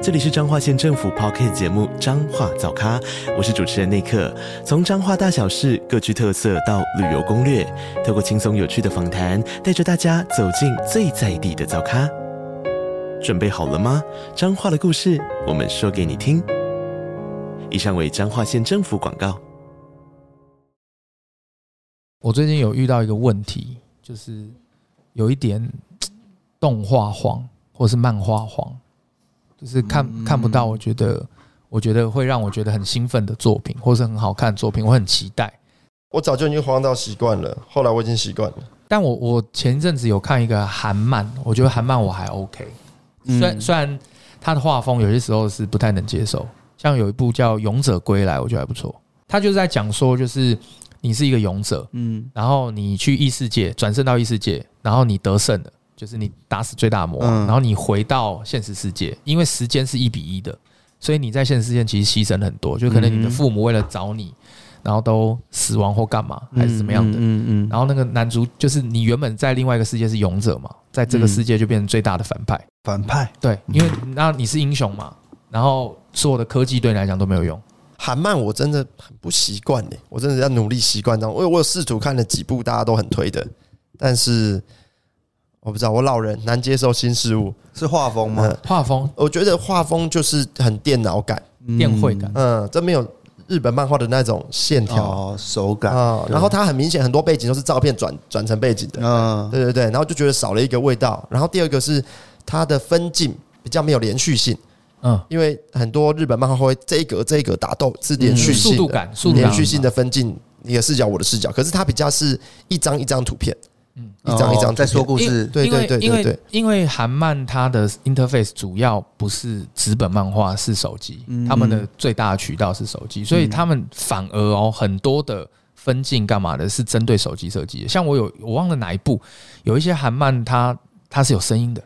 这里是彰化县政府 p o c k t 节目《彰化早咖》，我是主持人内克。从彰化大小事各具特色到旅游攻略，透过轻松有趣的访谈，带着大家走进最在地的早咖。准备好了吗？彰化的故事，我们说给你听。以上为彰化县政府广告。我最近有遇到一个问题，就是有一点动画荒或是漫画荒，就是看、看不到，我觉得我觉得会让我觉得很兴奋的作品，或是很好看的作品，我很期待。我早就已经慌到习惯了，后来我已经习惯了。但我我前一阵子有看一个韩漫，我觉得韩漫我还 OK，虽嗯然、虽然它的画风有些时候是不太能接受，像有一部叫《勇者归来》，我觉得还不错。它就是在讲说，就是你是一个勇者，嗯然后你去异世界，转身到异世界，然后你得胜了，就是你打死最大魔王，嗯然后你回到现实世界，因为时间是一比一的，所以你在现实世界其实牺牲了很多，就可能你的嗯父母为了找你，然后都死亡或干嘛，还是怎么样的。嗯嗯然后那个男主就是你原本在另外一个世界是勇者嘛，在嗯这个世界就变成最大的反派，反派，对，因为那你是英雄嘛，然后所有的科技对你来讲都没有用，韩漫我真的很不习惯呢，我真的要努力习惯当。我有我有试图看了几部大家都很推的，但是我不知道，我老人难接受新事物。是画风吗嗯？，画风我觉得画风就是很电脑感，电绘感，嗯，这没有日本漫画的那种线条哦，手啊、感，对然后它很明显很多背景都是照片转转成背景的，嗯，对对对，然后就觉得少了一个味道。然后第二个是它的分镜比较没有连续性。嗯，因为很多日本漫画会这一格这一格打斗是连续嗯速性的、度感，速度感连续性的分镜，你的视角我的视角，可是它比较是一张一张图片，嗯一张一张哦在说过，故事因，对对对因为因对为因为韩漫它的 interface 主要不是纸本漫画，是手机，嗯他们的最大的渠道是手嗯机，所以他们反而哦很多的分镜干嘛的是针对手机设计的。像我有我忘了哪一部，有一些韩漫它它是有声音的，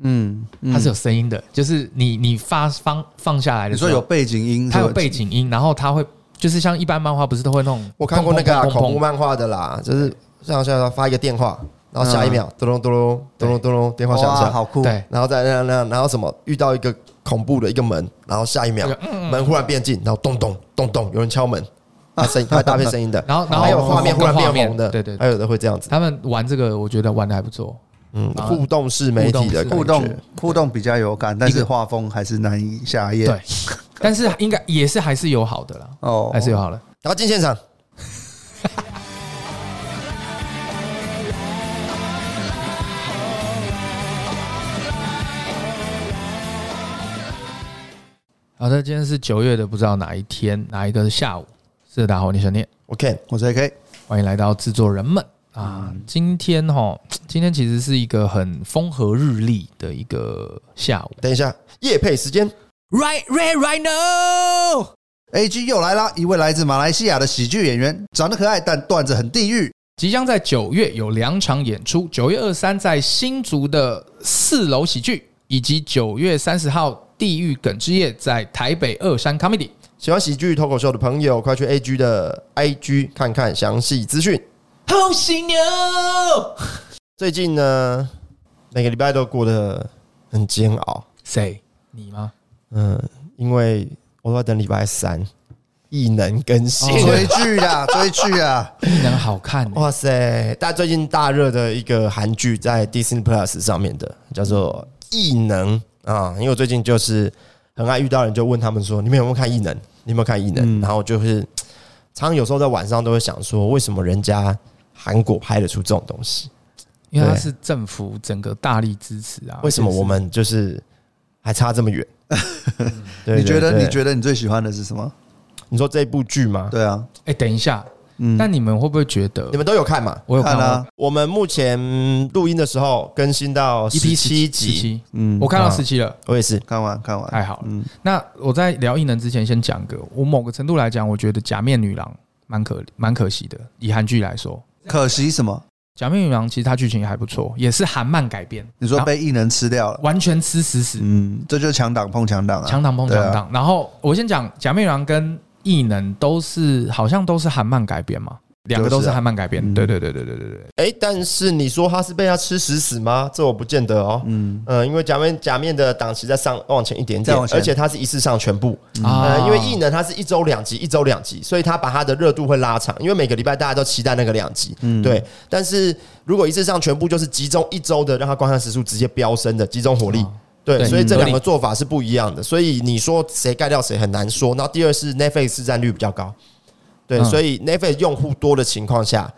嗯，嗯它是有声音的，就是你你发放放下来的你时说候，有背景音，它有背，景音，然后它会就是像一般漫画不是都会那种嗯我看过那个、砰啊、砰砰砰砰恐怖漫画的啦，就是像像像发一个电话，然后下一嗯秒咚咚咚咚咚咚咚咚电话响哇，响，好酷，对然后再那样那样，然后什么遇到一个恐怖的一个门，然后下一秒那个嗯嗯门忽然变静，然后咚咚咚咚有人 敲门，它声音它搭配声音的，然后然后还有画面忽跟然画变面红的，对对对还有的会这样子，他们玩这个，我觉得玩的还不错。嗯，啊互动式媒体的感觉互动互动比较有感，但是画风还是难以下咽。对， 但是应该也是还是有好的啦，哦，还是有好的。然后进现场，好的，今天是九月的，不知道哪一天哪一个下午，是大家好，我是小念，我 Ken，我觉得可以，欢迎来到制作人们啊。今天哈，今天其实是一个很风和日丽的一个下午。等一下，夜配时间， Right, right, right now！ A G 又来啦，一位来自马来西亚的喜剧演员，长得可爱，但段子很地狱。即将在九月有两场演出，九月二三在新竹的四楼喜剧，以及九月三十号地狱梗之夜在台北二山 Comedy。喜欢喜剧脱口秀的朋友，快去 A G 的 I G 看看详细资讯。好犀牛！最近呢，每个礼拜都过得很煎熬，谁？你吗？嗯，因为我都在等礼拜三异能更哦新。追剧 啊，追剧啊，异能好看、欸，哇塞！大最近大热的一个韩剧在 Disney Plus 上面的，叫做《异能》啊，因为我最近就是很爱遇到人，就问他们说：“你们有没有看《异能》？你有没有看《异能》然后就是常常有时候在晚上都会想说，为什么人家韩国拍得出这种东西？因为它是政府整个大力支持啊。为什么我们们就是还差这么远？ 对你觉得？你得？觉得你最喜欢的是什么？嗯你说这部剧吗？对啊，哎、等一下，嗯，但你们会不会觉得你们都有看嘛？我有看看哦到啊，我们目前录音的时候更新到一十批七十集，七嗯我看到啊十七了，我也是。看完看完，太好了。嗯，那我在聊异能之前，先讲个，我某个程度来讲，我觉得假面女郎蛮可蛮可惜的，以韩剧来说，可惜什么？假面女郎其实它剧情也还不错，也是韩漫改编。你说然后被异能吃掉了，完全吃死死，嗯，这就是强档碰强档啊，强挡碰对啊强挡。然后我先讲假面女郎跟异能都是好像都是韩漫改编嘛，两个都就是是啊韩漫改编。嗯对对对对对对对，哎、但是你说他是被他吃死死吗？这我不见得哦。嗯因为假面假面的档期再上往前一点点再往，前而且他是一次上全部。啊呃，因为异能它是一周两集，一周两集，所以它把它的热度会拉长，因为每个礼拜大家都期待那个两集，对。但是如果一次上全部就是集中一周的，让它观看时数直接飙升的，集中火力。啊对，对所以这嗯两个做法是不一样的，所以你说谁盖掉谁很难说。然后第二是 Netflix 市占率比较高，对，嗯所以 Netflix 用户多的情况下，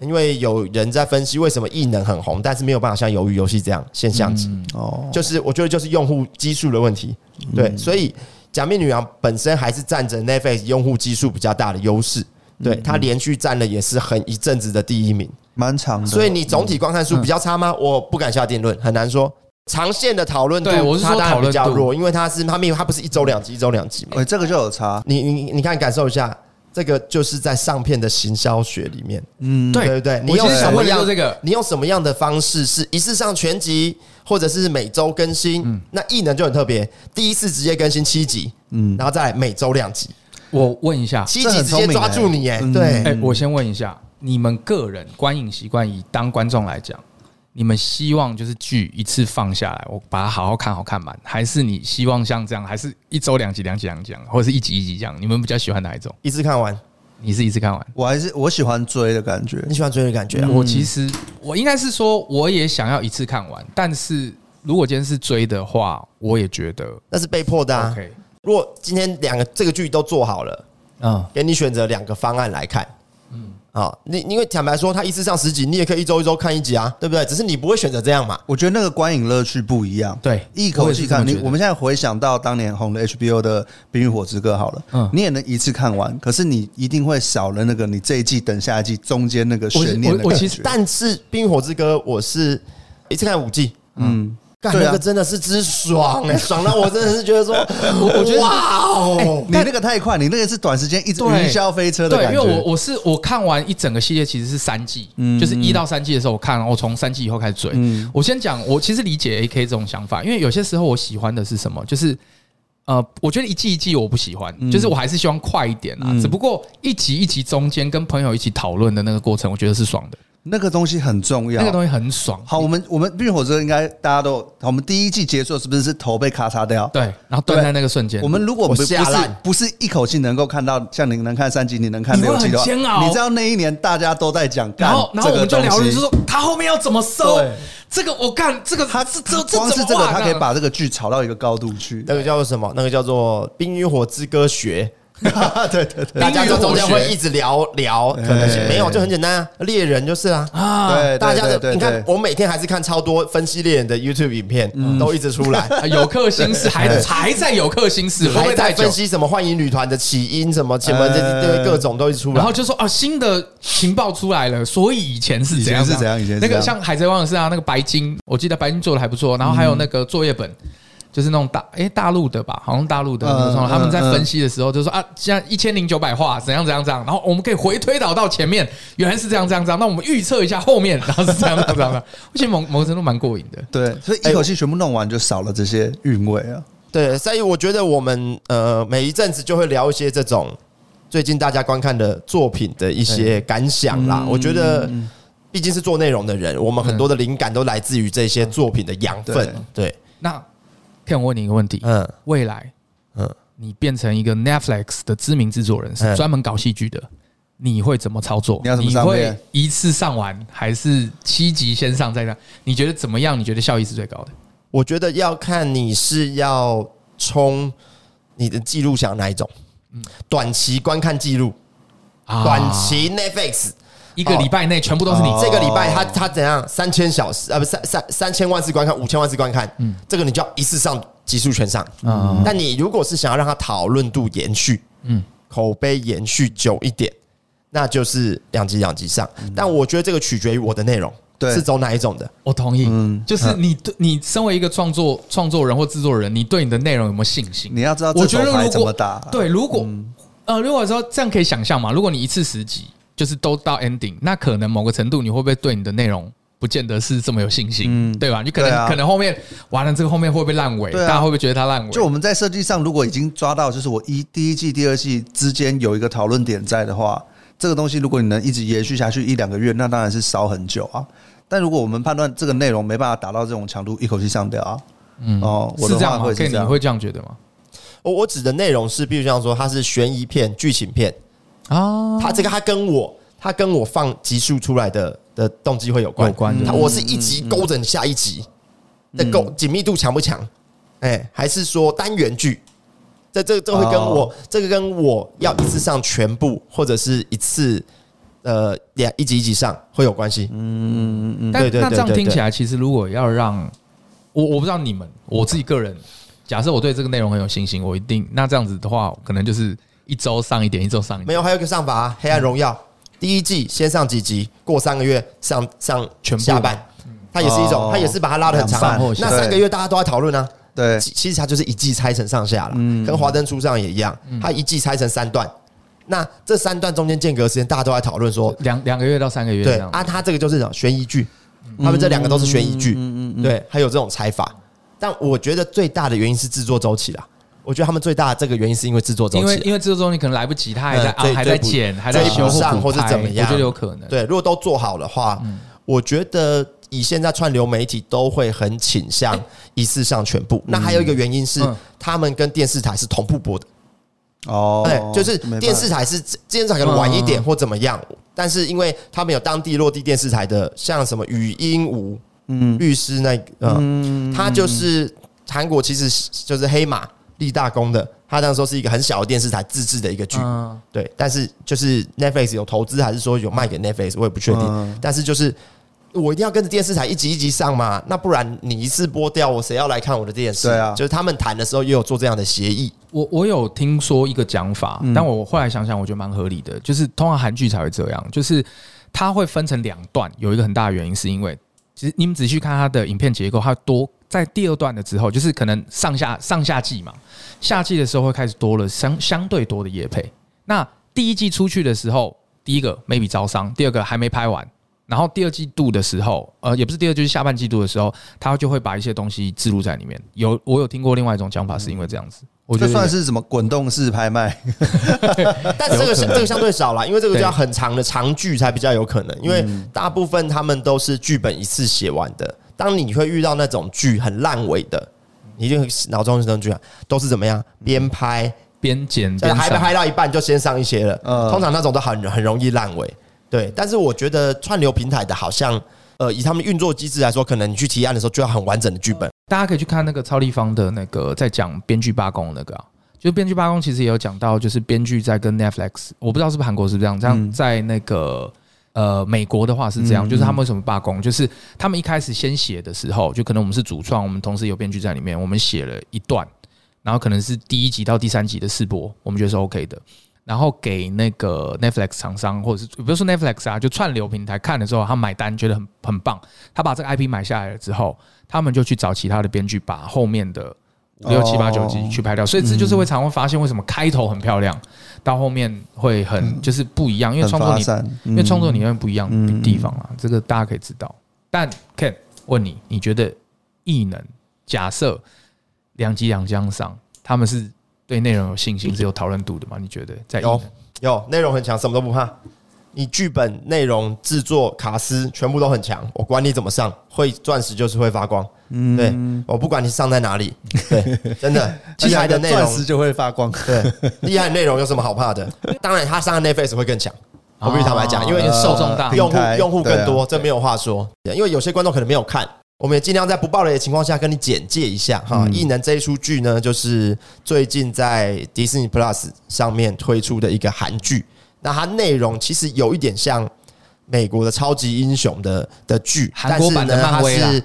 因为有人在分析为什么异能很红，但是没有办法像鱿鱼游戏这样现象级，嗯哦，就是我觉得就是用户基数的问题，对，嗯所以假面女郎本身还是占着 Netflix 用户基数比较大的优势，嗯对，它连续占了也是很一阵子的第一名，蛮长嗯的，所以你总体观看数比较差吗？我不敢下定论，很难说。长线的讨论度，对我是它说当然讨论比较度弱，因为它是它没有它不是一周两集，一周两集嘛。哎，这个就有差，你你你看感受一下，这个就是在上片的行销学里面，嗯，对对不对？你我其用实什想么问就样是这个，你用什么样的方式是一次上全集，或者是每周更新？嗯那异能就很特别，第一次直接更新七集，嗯，然后再来每周两集，我问一下，七这集很直聪接明抓住你，哎，嗯对，哎，我先问一下，你们个人观影习惯，以当观众来讲，你们希望就是剧一次放下来，我把它好好看好看满，还是你希望像这样，还是一周两集两集两集，或者是一集一集这样？你们比较喜欢哪一种？一次看完，你是一次看完？我还是我喜欢追的感觉你，喜欢追的感觉啊？我嗯其实我应该是说，我也想要一次看完，但是如果今天是追的话，我也觉得那是被迫的啊。 OK，如果今天两个这个剧都做好了，嗯，给你选择两个方案来看。嗯，啊，你因为坦白说，它一次上十集，你也可以一周一周看一集啊，对不对？只是你不会选择这样嘛。我觉得那个观影乐趣不一样，对一口气看我也是这么觉你得，我们现在回想到当年红的 HBO 的《冰与火之歌》好了，嗯你也能一次看完，可是你一定会少了那个你这一季等下一季中间那个悬念的我我感其觉实。但是《冰与火之歌》，我是一次看五季，嗯，干对啊那个真的是之爽哎、爽到我真的是觉得说，我我觉得哇哦，你那个太快，你那个是短时间一直对云霄飞车的对，因感为觉。嗯我我是我看完一整个系列其实是三季，就是一到三季的时候我看，我从三季以后开始追。我先讲，我其实理解 AK 这种想法，因为有些时候我喜欢的是什么，就是。呃，我觉得一季一季我不喜欢，嗯就是我还是希望快一点啊。只不过一集一集中间跟朋友一起讨论的那个过程，我觉得是爽的，那个东西很重要。那个东西很爽。好，我们我们《冰与火之歌》应该大家都有，我们第一季结束是不是是头被咔嚓掉？对，然后断在那个瞬间，我们如果不我不是吓烂不是一口气能够看到，像你能看三集，你能看你会六集的话，很煎熬你知道那一年大家都在讲，然后然干后我们就这个聊东了，西就说他后面要怎么收对这个，我干这个他这这这光是怎这么个，画他可以呢把这个剧炒到一个高度去。那个叫做什么？那个叫做《冰与火之歌学》。对对对大家就中间会一直聊聊，可能性哎没有就很简单啊，猎人就是啊。啊，对，大家对的，对你看对，我每天还是看超多分析猎人的 YouTube 影片，都一直出来，啊有克星是还还在有克星是，会不还会在太久分？析什么幻影旅团的起因，什么什么这哎这各种都一直出来然后。就说哦，新的情报出来了，所以以前是怎样以前是怎样以前那是个怎样像海贼王也是啊，那个白金，我记得白金做的还不错，然后还有那个作业本。就是那种大哎、大陆的吧，好像大陆的那个创作嗯他们在嗯分析的时候就说啊，现在一千零九百话怎样怎样怎样，然后我们可以回推导到前面，原来是这样这样这样，那我们预测一下后面，然后是这样这样这样，这样我觉得某某个程度蛮过瘾的。对，所以一口气全部弄完就少了这些韵味啊。对，所以我觉得我们呃每一阵子就会聊一些这种最近大家观看的作品的一些感想啦。我觉得毕竟是做内容的人，我们很多的灵感都来自于这些作品的养分。对，那骗我问你一个问题，嗯，未来，嗯嗯，你变成一个 Netflix 的知名制作人，嗯是专门搞戏剧的，你会怎么操作？你要怎么上会面一次上完，还是七集先上再上？你觉得怎么样？你觉得效益是最高的？我觉得要看你是要冲你的记录想哪一种，短期观看记录，啊短期 Netflix 一个礼拜内全部都是你哦这个礼拜他他怎样三千小时啊不三三三千万次观看五千万次观看，嗯，这个你就要一次上集数全上。啊但你如果是想要让它讨论度延续，嗯嗯，口碑延续久一点，那就是两集两集上。但我觉得这个取决于我的内容，对是走哪一种的。我同意，嗯就是你对你身为一个创作创作人或制作人，你对你的内容有没有信心？你要知道我觉这手得如牌果怎么打，嗯对，如果、呃，如果说这样可以想象嘛，如果你一次十集，就是都到 ending，那可能某个程度你会不会对你的内容不见得是这么有信心，嗯对吧？你可能、对啊可能后面完了这个后面会不会烂尾？对啊大家会不会觉得它烂尾？就我们在设计上，如果已经抓到，就是我一第一季、第二季之间有一个讨论点在的话，这个东西如果你能一直延续下去一两个月，那当然是烧很久啊。但如果我们判断这个内容没办法达到这种强度，一口气上掉啊，嗯哦，我是的这话样吗会？ Ken，是你这样，会这样觉得吗？我我指的内容是，比如像说它是悬疑片、剧情片，啊，它这个它跟我它跟我放集数出来的的动机会有关。有关它的我是一集勾着下一集，那勾紧密度强不强？哎，还是说单元剧？这这这会跟哦我这个跟我要一次上全部，或者是一次呃两一集一集上会有关系。嗯对但对那这对样对听对起来，其实如果要让我，我不知道你们，我自己个人，假设我对这个内容很有信心，我一定那这样子的话，可能就是一周上一点，一周上一点，没有，还有一个上法、啊《黑暗荣耀》第一季先上几集，过三个月上上全部嗯下半，它也是一种哦，它也是把它拉得很长啊两半或。那对三个月大家都在讨论啊，对，其其实它就是一季拆成上下了，嗯跟《华灯初上》也一样，它一季拆成三段。那这三段中间间隔时间，大家都在讨论说，两两个月到三个月这对样。啊，它这个就是什么悬疑剧，他们这两个都是悬疑剧，嗯对，还有这种拆法。但我觉得最大的原因是制作周期啦，我觉得他们最大的这个原因是因为制作周因期为啦。因为制作中你可能来不及，他还在、嗯追啊、还在追不剪，还在追不修或上补或是拍怎么样我觉得有可能。对，如果都做好的话，嗯我觉得以现在串流媒体都会很倾向一次上全部。那还有一个原因是嗯，他们跟电视台是同步播的，哦嗯哎，，就是没办法电视台是电视台可能晚一点或怎么样，但是因为他们有当地落地电视台的，像什么语音舞、嗯律师那个，嗯，嗯他就是韩国其实就是黑马立大功的，他那时候是一个很小的电视台自制的一个剧，嗯，对，但是就是 Netflix 有投资还是说有卖给 Netflix，我也不确定。嗯但是就是我一定要跟着电视台一集一集上嘛，那不然你一次播掉，我谁要来看我的电视？对啊就是他们谈的时候也有做这样的协议。我我有听说一个讲法，嗯但我后来想想，我觉得蛮合理的。就是通常韩剧才会这样，就是它会分成两段，有一个很大的原因是因为，其实你们仔细看它的影片结构，它多在第二段的之后，就是可能上下上下季嘛，夏季的时候会开始多了相相对多的夜配。那第一季出去的时候，第一个 maybe 招商，第二个还没拍完，然后第二季度的时候，呃，也不是第二，就是下半季度的时候，他就会把一些东西置入在里面。有我有听过另外一种讲法，是因为这样子，我觉这得算是什么滚动式拍卖？但这个是这个相对少啦，因为这个对嗯叫很长的长剧才比较有可能，因为大部分他们都是剧本一次写完的。当你会遇到那种剧很烂尾的，你就脑中这种剧啊，都是怎么样边拍边剪对，边还没上拍到一半就先上一些了。嗯通常那种都很很容易烂尾。对，但是我觉得串流平台的好像，呃，以他们运作机制来说，可能你去提案的时候就要很完整的剧本。大家可以去看那个超立方的那个在讲编剧罢工那个、啊，就编剧罢工其实也有讲到，就是编剧在跟 Netflix，我不知道是不是韩国是不是这样，这样在那个。呃，美国的话是这样，就是他们为什么罢工？就是他们一开始先写的时候，就可能我们是主创，我们同时有编剧在里面，我们写了一段，然后可能是第一集到第三集的试播，我们觉得是 OK 的。然后给那个 Netflix 厂商，或者是比如说 Netflix 啊，就串流平台看的时候，他买单觉得很很棒，他把这个 IP 买下来了之后，他们就去找其他的编剧，把后面的五六七八九集去拍掉。所以这就是会常会发现为什么开头很漂亮，到后面会很就是不一样，因为嗯很创作发你散，嗯因因为创作理念不一样的地方啊，这个大家可以知道。但 Ken 问你，你觉得异能假设两集两江上，他们是对内容有信嗯心，是有讨论度的吗？你觉得在异能有有内容很强，什么都不怕。你剧本、内容、制作、卡司全部都很强，我管你怎么上，会钻石就是会发光。嗯对我不管你上在哪里，对，真的厉害的内容 钻，石就会发光。 对厉害的内容有什么好怕的？当然，他上的 Netflix 会更强。我必须坦白讲，因为哦受众大啊平用户台用户更对多，啊这没有话说。因为有些观众可能没有看，我们也尽量在不暴雷的情况下跟你简介一下哈。嗯异能这一出剧呢，就是最近在迪士尼 Plus 上面推出的一个韩剧。那它内容其实有一点像美国的超级英雄的的剧，韩国版的但是呢漫威啦它是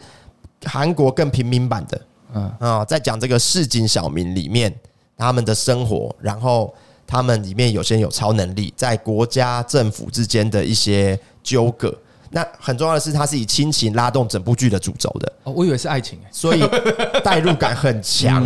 韩国更平民版的。嗯啊，在讲这个市井小民里面他们的生活，然后他们里面有些人有超能力，在国家政府之间的一些纠葛。那很重要的是，它是以亲情拉动整部剧的主轴的，哦，我以为是爱情欸所以代入感很强。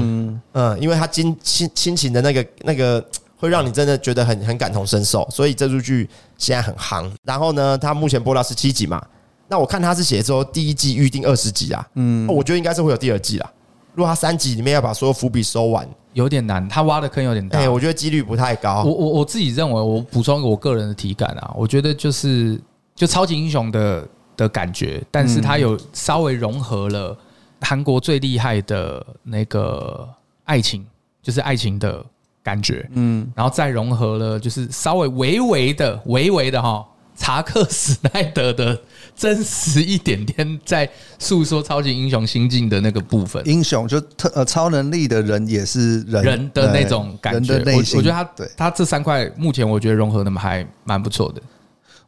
嗯，因为它亲亲亲情的那个那个会让你真的觉得很很感同身受。所以这部剧现在很夯。然后呢，它目前播到十七集嘛，那我看它是写说第一季预定二十集啊，嗯，我觉得应该是会有第二季啦。如果它三集里面要把所有伏笔收完，有点难，他挖的坑有点大。哎，我觉得几率不太高啊哦我。我我自己认为，我补充一个我个人的体感啊，我觉得就是就超级英雄的的感觉，但是嗯它有稍微融合了韩国最厉害的那个爱情，就是爱情的感觉，嗯，然后再融合了就是稍微微微的、微微的哈。查克·史奈德的真实一点点，在诉说超级英雄心境的那个部分，英雄就特呃超能力的人也是人人的那种感觉。人的我内心。我觉得他对他这三块目前我觉得融合的还蛮不错的。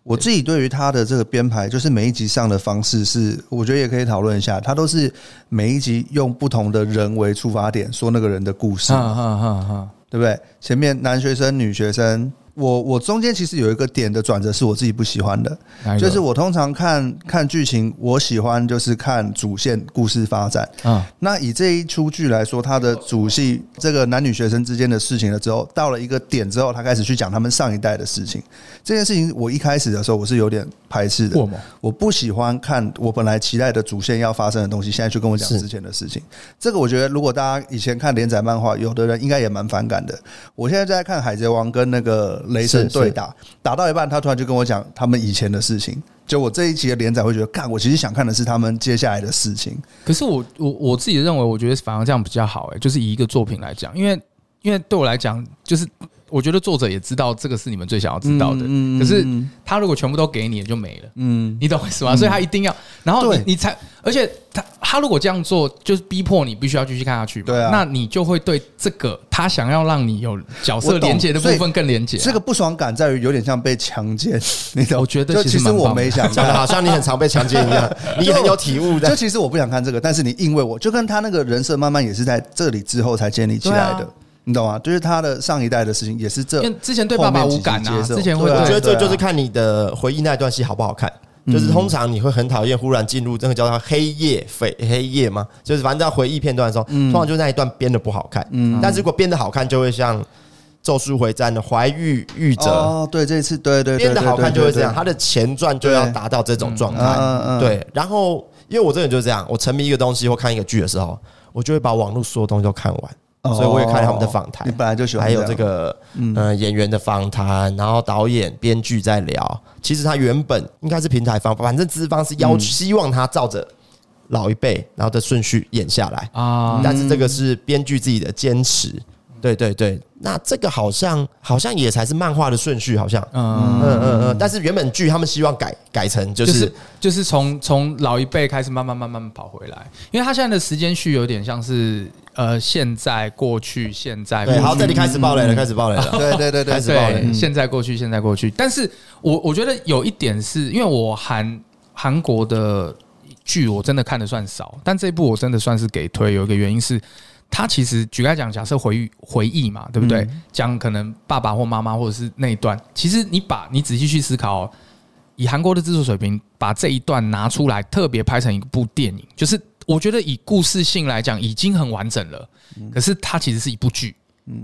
我自己对于他的这个编排，就是每一集上的方式是，我觉得也可以讨论一下。他都是每一集用不同的人为出发点说那个人的故事，哈哈哈哈，对不对？前面男学生、女学生，我我中间其实有一个点的转折是我自己不喜欢的，哪一个就是我通常看看剧情，我喜欢就是看主线故事发展。嗯那以这一出剧来说，它的主戏这个男女学生之间的事情了之后，到了一个点之后，他开始去讲他们上一代的事情。这件事情我一开始的时候我是有点排斥的过，吗？我不喜欢看我本来期待的主线要发生的东西，现在去跟我讲是之前的事情。这个我觉得，如果大家以前看连载漫画，有的人应该也蛮反感的。我现在在看《海贼王》跟那个雷神是是对打，打到一半，他突然就跟我讲他们以前的事情。就我这一集的连载会觉得，干，我其实想看的是他们接下来的事情。可是我我我自己认为，我觉得反而这样比较好哎、就是以一个作品来讲，因为因为对我来讲，就是我觉得作者也知道这个是你们最想要知道的，嗯嗯可是嗯他如果全部都给你，就没了。嗯，你懂我意思吗？所以他一定要，然后你对你才，而且他他如果这样做，就是逼迫你必须要继续看下去嘛。对啊那你就会对这个他想要让你有角我色懂连接的部所以分更连接啊、这个不爽感在于有点像被强奸， 你懂？我觉得就其其实实蛮棒我的 没想讲的到。好像你很常被强奸一样，你很有体悟就的。其实我不想看这个，但是你因为我就跟他那个人设慢慢也是在这里之后才建立起来的，对啊你懂吗？就是他的上一代的事情也是这因为之前对爸爸无感后啊，面几集接受之前会对啊嗯我对觉得这就是看你的回忆那段戏好不好看。就是通常你会很讨厌忽然进入那个叫它黑夜匪黑夜嘛，就是反正在回忆片段的时候，嗯通常就那一段编的不好看。但是如果编的好看，就会像《咒术回战》的怀玉玉泽哦，对，这次对对对编的好看就会这样，对它的前传就要达到这种状对对态。嗯嗯，对，然后因为我这个人就是这样，我沉迷一个东西或看一个剧的时候，我就会把网络所有东西都看完，哦所以我也看他们的访谈你。本来就喜欢还有这样，嗯个呃演员的访谈，然后导演、编剧在聊。其实他原本应该是平台方，反正资方是嗯要希望他照着老一辈然后的顺序演下来，嗯啊，但是这个是编剧自己的坚持。对对对，那这个好像好像也才是漫画的顺序，好像。嗯嗯，嗯嗯，但是原本剧他们希望改改成就就是是就是从从老一辈开始慢慢慢慢跑回来，因为他现在的时间序有点像是呃现在过去现在对，好，过去这嗯里开始爆雷了，开始爆雷 了。嗯对对对对开始爆雷对现在过去现在过去，但是我我觉得有一点是因为我韩韩国的剧我真的看的算少，但这一部我真的算是给推，有一个原因是。他其实举例来讲，假设回忆回忆嘛，对不对？嗯讲、可能爸爸或妈妈或者是那一段，其实你把你仔细去思考哦、以韩国的制作水平，把这一段拿出来特别拍成一部电影，就是我觉得以故事性来讲已经很完整了，嗯可是它其实是一部剧，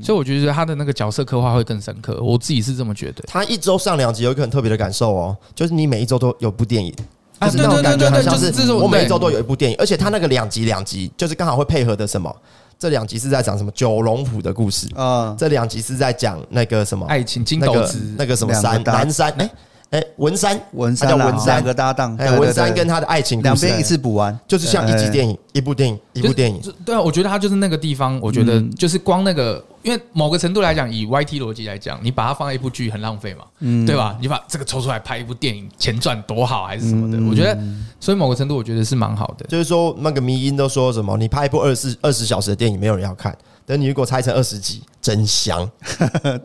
所以我觉得他的那个角色刻画会更深刻，我自己是这么觉得。他一周上两集，有一个很特别的感受哦，就是你每一周都有部电影，啊就是那种对对感对对觉，好对像就是这种我每一对周都有一部电影，而且他那个两集两集，就是刚好会配合的什么？这两集是在讲什么九龙府的故事，啊，这两集是在讲那个什么爱情金那斗个子，那个什么两山个大南山哎哎文山文他山叫啦文两山个搭档，对哎对文对山跟他的爱情故两事边一次补完，哎就是像一集影，电影，一部电影一就部是电影，就对啊，我觉得他就是那个地方，我觉得嗯就是光那个，因为某个程度来讲，以 YT 逻辑来讲，你把它放在一部剧很浪费嘛，嗯对吧？你把这个抽出来拍一部电影前传多好，还是什么嗯的？我觉得，所以某个程度我觉得是蛮好的。就是说那个迷音都说什么，你拍一部二十二十小时的电影，没有人要看。等你如果拆成二十集，真香，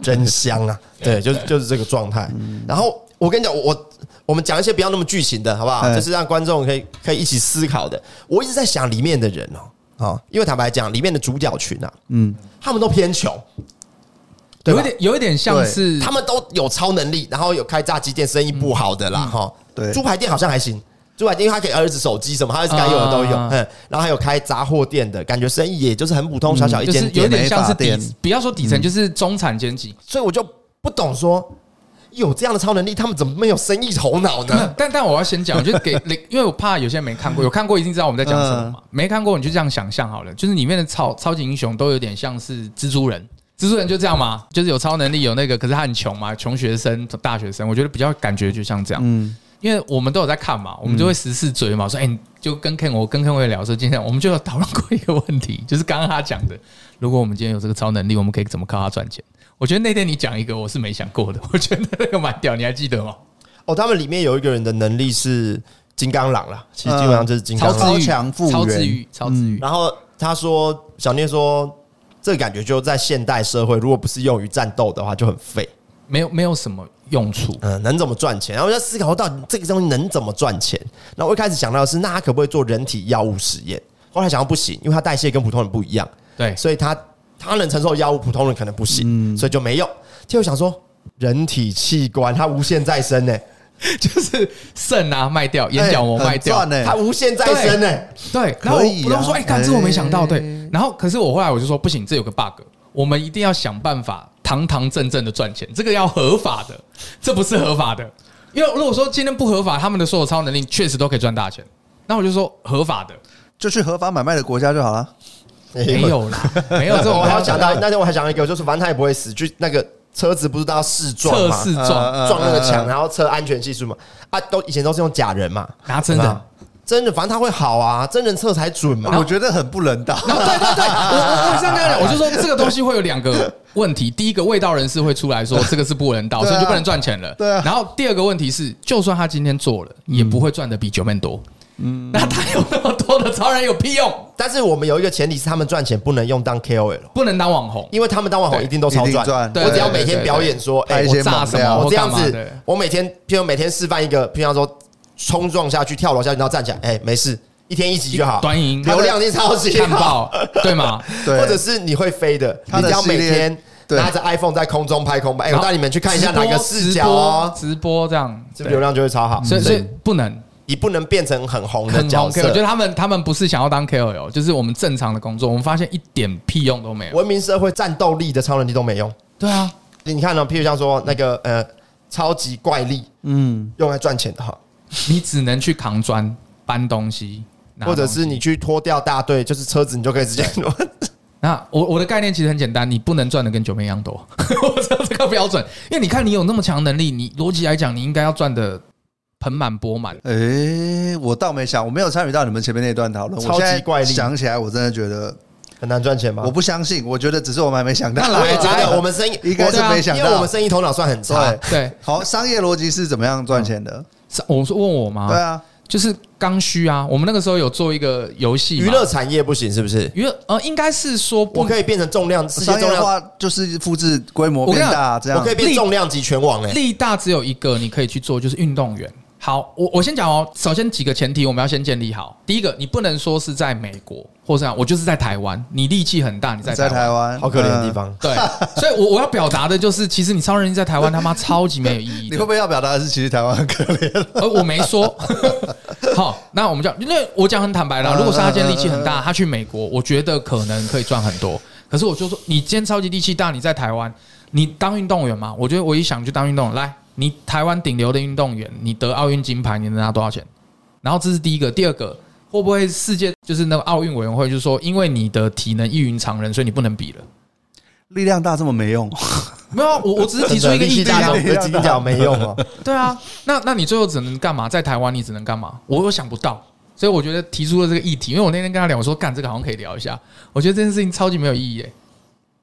真香啊！对，就是就是这个状态。然后我跟你讲，我我我们讲一些不要那么剧情的，好不好？哎就是让观众可以可以一起思考的。我一直在想里面的人哦，啊，因为坦白讲，里面的主角群啊，嗯，他们都偏穷，对有吧一点，有一点像对是嗯他们都有超能力，然后有开炸鸡店，生意不好的啦，哈，对猪排店好像还行，主管因为他给儿子手机什么，他儿子该有的都有，啊嗯，然后还有开杂货店的，感觉生意也就是很普通，小小一就是间嗯有店，点像是美底发店，不要说底层，就是中产阶级。所以我就不懂说有这样的超能力，他们怎么没有生意头脑呢？但但我要先讲，就是给，因为我怕有些人没看过，有看过一定知道我们在讲什么嘛。没看过你就这样想象好了，就是里面的超超级英雄都有点像是蜘蛛人，蜘蛛人就这样嘛，就是有超能力有那个，可是他很穷嘛，穷学生、大学生，我觉得比较感觉就像这样。嗯，因为我们都有在看嘛，我们就会时事追嘛，说哎、你就跟 Ken 我跟 Ken 会聊说，今天我们就有讨论过一个问题，就是刚刚他讲的，如果我们今天有这个超能力，我们可以怎么靠它赚钱？我觉得那天你讲一个我是没想过的，我觉得那个蛮屌，你还记得吗？哦，他们里面有一个人的能力是金刚狼啦，其实嗯基本上就是金刚超狼。自愈超强复原超自愈，超自愈。然后他说，小聂说，这感觉就在现代社会，如果不是用于战斗的话，就很废。没有没有什么用处。嗯，能怎么赚钱？然后我在思考到底这个东西能怎么赚钱。然后我一开始想到的是，那他可不可以做人体药物实验？后来想到不行，因为他代谢跟普通人不一样，对，所以他他能承受的药物，普通人可能不行，嗯所以就没用。就想说，人体器官它无限再生呢、 就是肾啊卖掉，眼角膜很卖掉，赚欸它无限再生呢、对。然后可以啊我都说，哎，干这我没想到，哎对。然后可是我后来我就说，不行，这有个 bug，我们一定要想办法堂堂正正的赚钱，这个要合法的，这不是合法的。因为如果说今天不合法，他们的所有超能力确实都可以赚大钱。那我就说合法的就去合法买卖的国家就好了。 没有啦，没有这种我还要讲想到那天我还想到一个，就是反正他也不会死，就那个车子不是都要试撞测嘛，试呃撞呃撞那个墙，嗯然后测安全系数嘛，啊，都以前都是用假人嘛，拿真是吧的。，真的，反正他会好啊，真人测才准嘛我。觉得很不人道。然后哦对对对，我我我这样跟他讲，我就说这个东西会有两个问题，第一个味道人士会出来说这个是不人道，对啊所以就不能赚钱了。对啊然后第二个问题是，就算他今天做了，也不会赚的比九妹多。嗯，那他有那么多的超人有屁用？但是我们有一个前提是，他们赚钱不能用当 KOL，不能当网 红，因为他们当网红对一定都超一定赚赚。对我只要对对每天对表演说，拍哎一，我些炸猛什料么我这样干嘛子的？，我每天，譬如每天示范一个，譬如说冲撞下去，跳楼下去，然后站起来，哎，没事，一天一集就好，短影流量一定超级看好。爆，对 吗？对，或者是你会飞的，它你的只要每系列天对拿着 iPhone 在空中拍空拍。哎，我带你们去看一下哪个视角哦，直播直播这样，这流对量就会超好。所以所所以以不能。你不能变成很红的很角红 K，我色觉。得他们他们不是想要当 KOL，就是我们正常的工作，我们发现一点屁用都没有。文明社会战斗力的超能力都没用。对啊，你看呢、哦譬如像说那个呃，超级怪力嗯，用来赚钱的哈，你只能去扛砖、搬东西，拿或者东是西你去拖掉大队，就是车子你就可以直接挪。那我我的概念其实很简单，你不能赚的跟九妹一样多， 我知道这个标准，因为你看你有那么强能力，你逻辑来讲，你应该要赚的盆满钵满。诶，我倒没想，我没有参与到你们前面那段讨论。超级我现在怪力想起来，我真的觉得 很难赚钱吗？我不相信，我觉得只是我们还没想到。我也觉 得我们生意应该是我啊没想到因为我们生意头脑算很差对。对，好，商业逻辑是怎么样赚钱的？是我说问我对吗？啊，就是刚需啊，我们那个时候有做一个游戏嘛，娱乐产业不行是不是？娱乐呃，应该是说我不可以变成重量，世界商业重量，化就是复制规我模跟变你大这我样可。以变力重量级拳王哎、力大只有一个你可以去做，就是运动员。好，我我先讲哦。首先几个前提我们要先建立好。第一个，你不能说是在美国或是这样，我就是在台湾，你力气很大，你在在台湾台。湾，好可怜的地嗯。方。对，所以我我要表达的就是，其实你超人在台湾他妈超级没有意义嗯你的会。不会要表达的是，其实台湾很可怜？呃，我没 说。好，那我们讲，因为我讲很坦嗯白了，如果是他今天力气很大，他去美国，我觉得可能可以赚很多。可是我就说，你今天超级力气大，你在台湾，你当运动员嘛？我觉得我一想去当运动员，来，你台湾顶流的运动员，你得奥运金牌，你能拿多少钱？然后这是第一个，第二个会不会世界就是那个奥运委员会就是说，因为你的体能异于常人，所以你不能比了？力量大这么没用，没有啊，我我只是呃提出一个力意气见大呃啊总。不金角没用哦、对啊， 那那你最后只能干嘛？在台湾你只能干嘛？我又想不到，所以我觉得提出了这个议题，因为我那天跟他聊，我说干这个好像可以聊一下，我觉得这件事情超级没有意义、欸，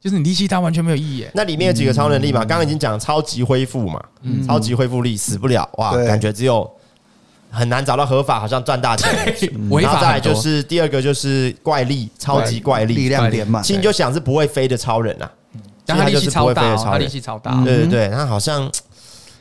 就是你力气大完全没有意义、欸，那里面有几个超能力嘛？嗯刚刚已经讲超级恢复嘛，超级恢复力死不了哇，对感觉只有很难找到合法，好像赚大钱。 嗯违然后法再来很多就是第二个就是怪力，超级怪力力。量点满其。实你就想是不会飞的超人啊，但他力气超大、所以他就是不会飞的哦，超人他力气超大、嗯对对对，他好像，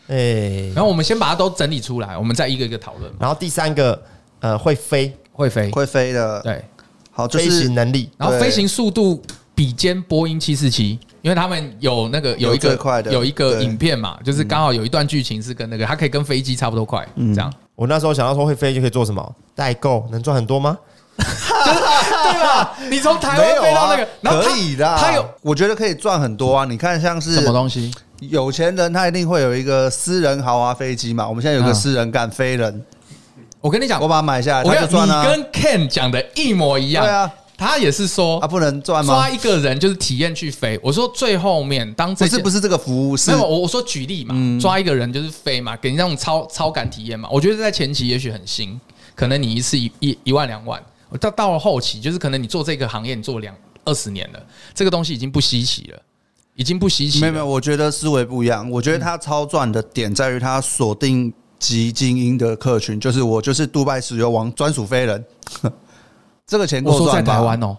哎，然后我们先把它都整理出来，我们再一个一个讨论。然后第三个呃会飞，会飞，会飞的，对，好就飞是行能力，然后对飞行速度比肩波音七四七，因为他们有那个有一有最个快的有一个嗯对影片嘛，就是刚好有一段剧情是跟那个，它可以跟飞机差不多快，这样。我那时候想要说会飞就可以做什么？代购能赚很多吗？对吧？你从台没湾有飞到啊那个，然后他可以的，他有，我觉得可以赚很多啊。你看，像是什么东西？有钱人，他一定会有一个私人豪华飞机嘛。我们现在有个嗯私人干飞人，我跟你讲，我我把它买下来，他跟就你讲赚你啊。跟 Ken 讲的一模一对样，啊，他也是说他不能赚吗抓？一个人就是体验去飞。我说最后面当不这是不是。是这个服务，是嗯没有，我我说举例嘛，抓一个人就是飞嘛，给你那种超超感体验嘛。我觉得在前期也许很新，可能你一次一一一万两万，到到了后期就是可能你做这个行业你做两二十年了，这个东西已经不稀奇了，已经不嗯稀奇没了。有没有，我觉得思维不一样。我觉得他超赚的点在于他锁定极精英的客群，就是我就是杜拜石油王专属飞人， 这个钱够我说在赚吧台湾哦，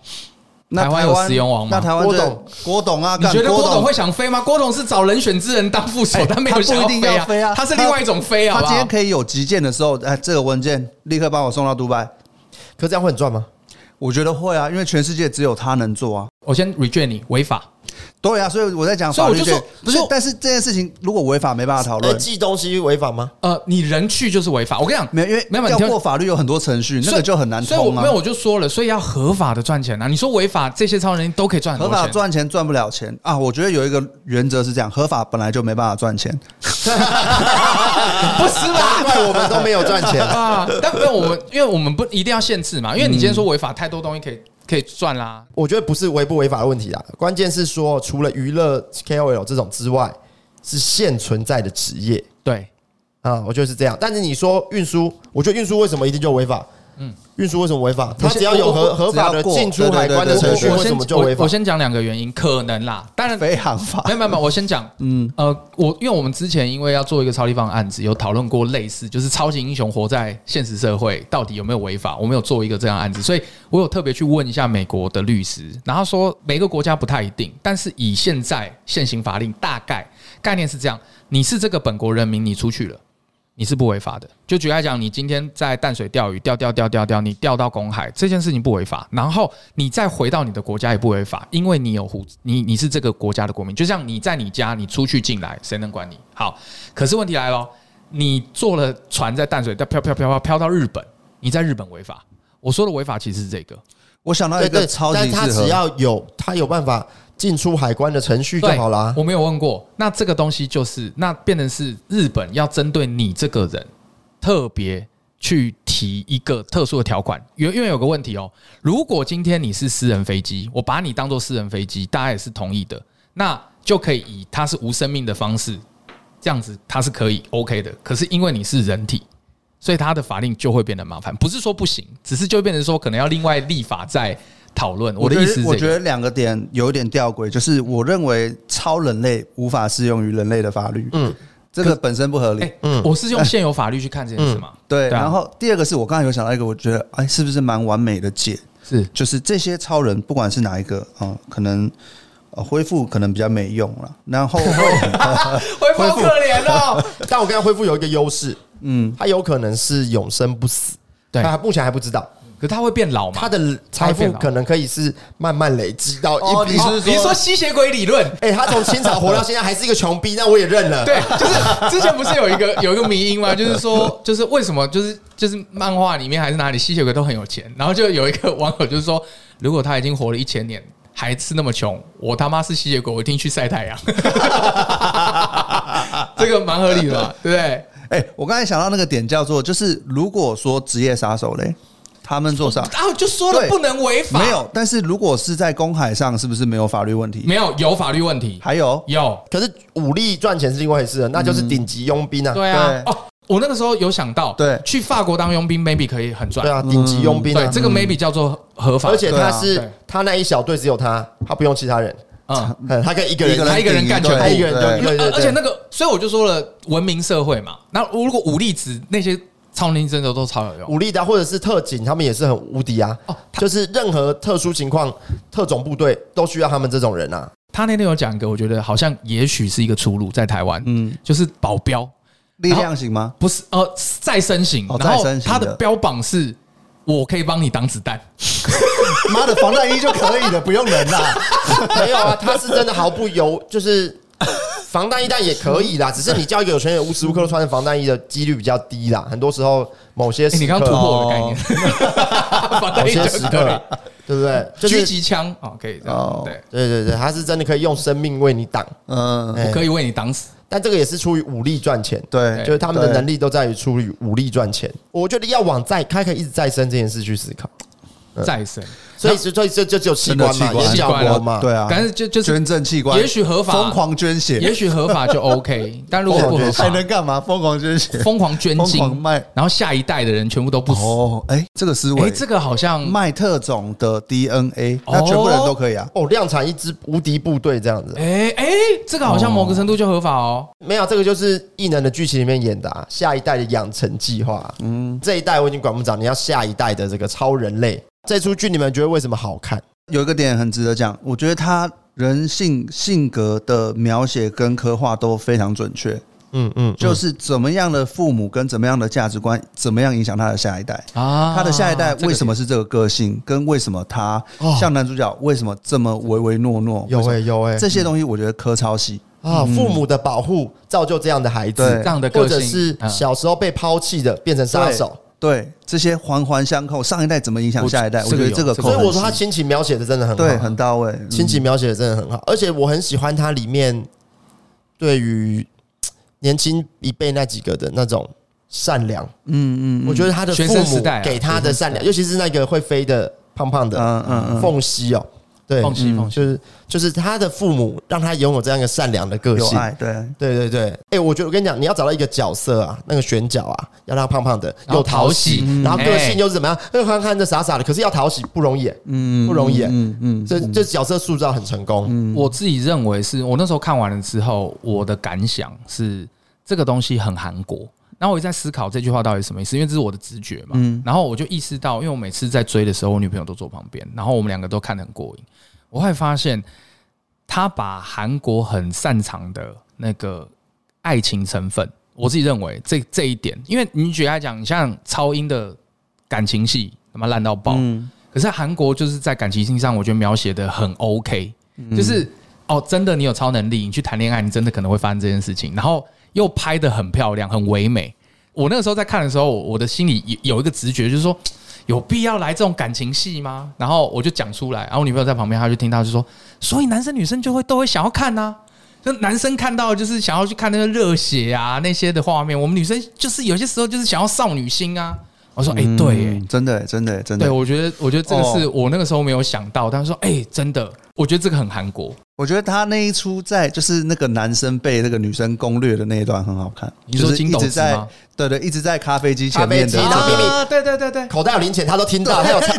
那台湾有石油王吗那台湾郭这董郭董啊，你干觉得郭郭董会想飞吗？郭董是找人选之人当副手， 哎但没有想他不一定要飞飞啊他是另外一种飞啊。他好不今好天可以有急件的时候，哎，这个文件立刻帮我送到杜拜。可这样会很赚吗？我觉得会啊，因为全世界只有他能做啊。我先 reject 你，违法。对啊，所以我在讲所以法我律就界说不是说，但是这件事情如果违法没办法讨那论，哎寄东西违法吗？ 呃，你人去就是违法。我跟你讲，没有，因为没有要你听过法律有很多程序，那所个以就很难所以我通没有，啊。我就说了，所以要合法的赚钱啊。你说违法，这些超能力都可以赚很合多法钱。赚钱赚不了钱啊！我觉得有一个原则是这样：合法本来就没办法赚钱，不是吧？怪我们都没有赚钱。啊，但没有我们，因为我们不一定要限制嘛。因为你今天嗯说违法，太多东西可以可以赚啦。我觉得不是违不违法的问题啦，关键是说除了娱乐 KOL 这种之外，是现存在的职业对，啊，我觉得是这样。但是你说运输，我觉得运输为什么一定就违法？嗯，运输为什么违法？它只要有合合法的进出海关的对程序，对我为什先么就违我法我？先讲两个原因，可能啦。当然，飞航法没有没有，没有我先讲，嗯，呃，我因为我们之前因为要做一个超立方案子，有讨论过类似，就是超级英雄活在现实社会到底有没有违法，我们有做一个这样的案子，所以我有特别去问一下美国的律师，然后说每个国家不太一定，但是以现在现行法令大概概念是这样，你是这个本国人民，你出去了。你是不违法的。就举例来讲，你今天在淡水钓鱼，钓钓钓钓钓，你钓到公海这件事情不违法，然后你再回到你的国家也不违法，因为你有护，你你是这个国家的国民。就像你在你家，你出去进来，谁能管你？好，可是问题来了，你坐了船在淡水飘飘飘飘飘飘到日本，你在日本违法。我说的违法其实是这个，我想到对一对个，超但级它适只合。要有它有办法进出海关的程序就对，好啦。我没有问过，那这个东西就是那变成是日本要针对你这个人特别去提一个特殊的条款，因为因为有个问题哦，如果今天你是私人飞机，我把你当做私人飞机，大家也是同意的，那就可以以它是无生命的方式，这样子它是可以 OK 的。可是因为你是人体。所以它的法令就会变得麻烦，不是说不行，只是就变成说可能要另外立法再讨论。我的觉意得思是、这个，我觉得两个点有一点吊诡，就是我认为超人类无法适用于人类的法律，嗯，这个本身不合理。哎、我是用现有法律去看这件事嘛？对，啊然后第二个是我刚才有想到一个，我觉得哎，是不是蛮完美的解？是就是这些超人，不管是哪一个啊、呃可能、呃、恢复可能比较没用了，然 后恢复可怜哦。但我刚刚恢复有一个优势，嗯，它有可能是永生不死，对，它目前还不知道。可他会变老嘛？他的他财会变富老可能可以是慢慢累积到哦一笔你是哦，你说吸血鬼理论？哎、他从清朝活到现在还是一个穷逼，那我也认了。对，就是之前不是有一个 有一个迷因吗？就是说，就是为什么就是就是漫画里面还是哪里吸血鬼都很有钱，然后就有一个网友就是说，如果他已经活了一千年还是那么穷，我他妈是吸血鬼，我一定去晒太阳。这个蛮合理的嘛，对不对？哎、我刚才想到那个点叫做，就是如果说职业杀手嘞，他们做啥然后啊就说了对不能违法，没有？但是如果是在公海上，是不是没有法律问题？没有有法律问题，还有有可是武力赚钱是另外一回事了，那就是顶级佣兵啊。嗯对啊，对哦，我那个时候有想到，对去法国当佣兵 maybe 可以很赚，对啊，顶级佣兵对，啊。这个 maybe 叫做合法，而且他嗯是、对啊对他那一小队只有他，他不用其他人，嗯，嗯，他可以一个一人个人他一个人干顶全部对一个人对就 对对而对而且那个，所以我就说了，文明社会嘛，那如果武力值那些超能力真的都超有用，武力的啊或者是特警，他们也是很无敌啊。哦就是任何特殊情况，特种部队都需要他们这种人啊。他那天有讲一个，我觉得好像也许是一个出路，在台湾，嗯，就是保镖力量型吗？不是呃再生型哦，然后再生型他的的标榜是我可以帮你挡子弹，妈的，防弹衣就可以了，不用人啦。啊没有啊，他是真的毫不犹，就是防弹衣但也可以啦，只是你叫一个有钱人无时无刻都穿着防弹衣的几率比较低啦。很多时候某些哎时欸刻，你刚刚突破我哦的概念， 防某弹衣些就时可以 刻，对不对？就狙是击枪哦，可以这样哦，对，对对对，他是真的可以用生命为你挡，嗯，哎我可以为你挡死。但这个也是出于武力赚钱。对，就是他们的对能力都在于出于武力赚钱，我觉得要往再开可以一直再生这件事去思考，呃再生，所以所以所以这就只有器官真嘛，的器官眼角膜嘛，对啊，但是就就是捐赠器官，也许合法疯狂捐血，也许合法就 OK，但如疯果不狂合捐血还法，能干嘛？疯狂捐血，疯狂捐疯精，狂卖。然后下一代的人全部都不死。哦，哎，这个思哎、维，这个好嗯像卖特种的 DNA，哦那全部人都可以啊。哦，量产一支无敌部队这样子，哎哎、这个好像某个程度就合法哦。没有这个就是异能的剧情里面演的、啊、下一代的养成计划。嗯，这一代我已经管不着，你要下一代的这个超人类。这出剧你们觉得为什么好看？有一个点很值得讲，我觉得他人性性格的描写跟刻画都非常准确，嗯嗯，就是怎么样的父母跟怎么样的价值观，怎么样影响他的下一代。啊哦他的下一代这个为什么是这个个性，跟为什么他哦像男主角为什么这么唯唯诺诺，有哎、有哎、这些东西我觉得科超戏。啊，父母的保护造就这样的孩对子这，样的或个性者是嗯小时候被抛弃的变成杀手。对，这些环环相扣，上一代怎么影响下一代？我我觉得这个这扣个所很以细，我说他亲情描写的真的很好，对很到位，亲情描写的真的很好，而且我很喜欢它里面对于嘖年轻一辈那几个的那种善良。嗯，嗯嗯，我觉得他的学父生时母代啊给他的善良，尤其是那个会飞的胖胖的，嗯嗯嗯凤西哦，对，放弃放弃，就是就是他的父母让他拥有这样一个善良的个有性。爱，嗯对，对对对，哎、我觉得我跟你讲，你要找到一个角色啊，那个选角啊，要让他胖胖的，然后又讨喜，讨喜然后个性嗯又是怎么样，又憨憨的、傻傻的，可是要讨喜不容易，嗯不容易啊嗯嗯，这这角色塑造很成功。我自己认为是我那时候看完了之后，我的感想是这个东西很韩国。然后我一直在思考这句话到底是什么意思，因为这是我的直觉嘛。然后我就意识到，因为我每次在追的时候，我女朋友都坐旁边，然后我们两个都看得很过瘾。我会发现，他把韩国很擅长的那个爱情成分，我自己认为这这一点，因为你举例来讲，你像超英的感情戏，他妈烂到爆，嗯可是韩国就是在感情性上，我觉得描写的很 OK，、就是哦，真的你有超能力，你去谈恋爱，你真的可能会发生这件事情，然后又拍的很漂亮，很唯美。我那个时候在看的时候，我我的心里有有一个直觉，就是说有必要来这种感情戏吗？然后我就讲出来，然后我女朋友在旁边，她就听到就说，所以男生女生就会都会想要看呐、就男生看到就是想要去看那个热血啊那些的画面，我们女生就是有些时候就是想要少女心啊。我说，哎、对、耶。嗯真的真的真对，的，我觉得，我觉得这个是哦我那个时候没有想到，但是说，哎、真的，我觉得这个很韩国。我觉得他那一出在就是那个男生被那个女生攻略的那一段很好看，你说就是金一斗直子在吗？对对，一直在咖啡机前面的咖啡机这个，啊对对对对，口袋有零钱，他都听到，他有超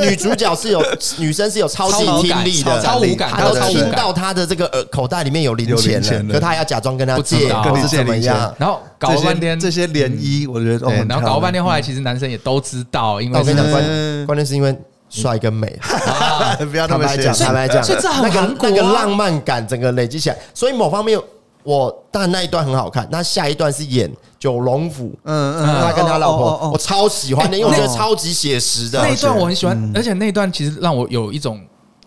女主角是 有女生是有超级超听力的，超无感，他都超无听感。到他的这个呃口袋里面有零有钱零钱了，了可他还要假装跟他不知借，道或是跟你借怎么零钱样？然后搞这了些半天，这些涟漪，我觉得哦对，然后搞了半天，天，后来其实男生也都知道，因那为我跟你讲，是关关键是因为帅 跟美，啊 不要那坦么白想讲，，坦白讲，所以这很那个韩国啊那个浪漫感整个累积起来，所以某方面我但那一段很好看，那下一段是演九龙府。嗯嗯，他跟他老哦哦婆，哦我超喜欢的，哎因为我觉得那超级写实的。那一段我很喜欢，而且那一段其实让我有一种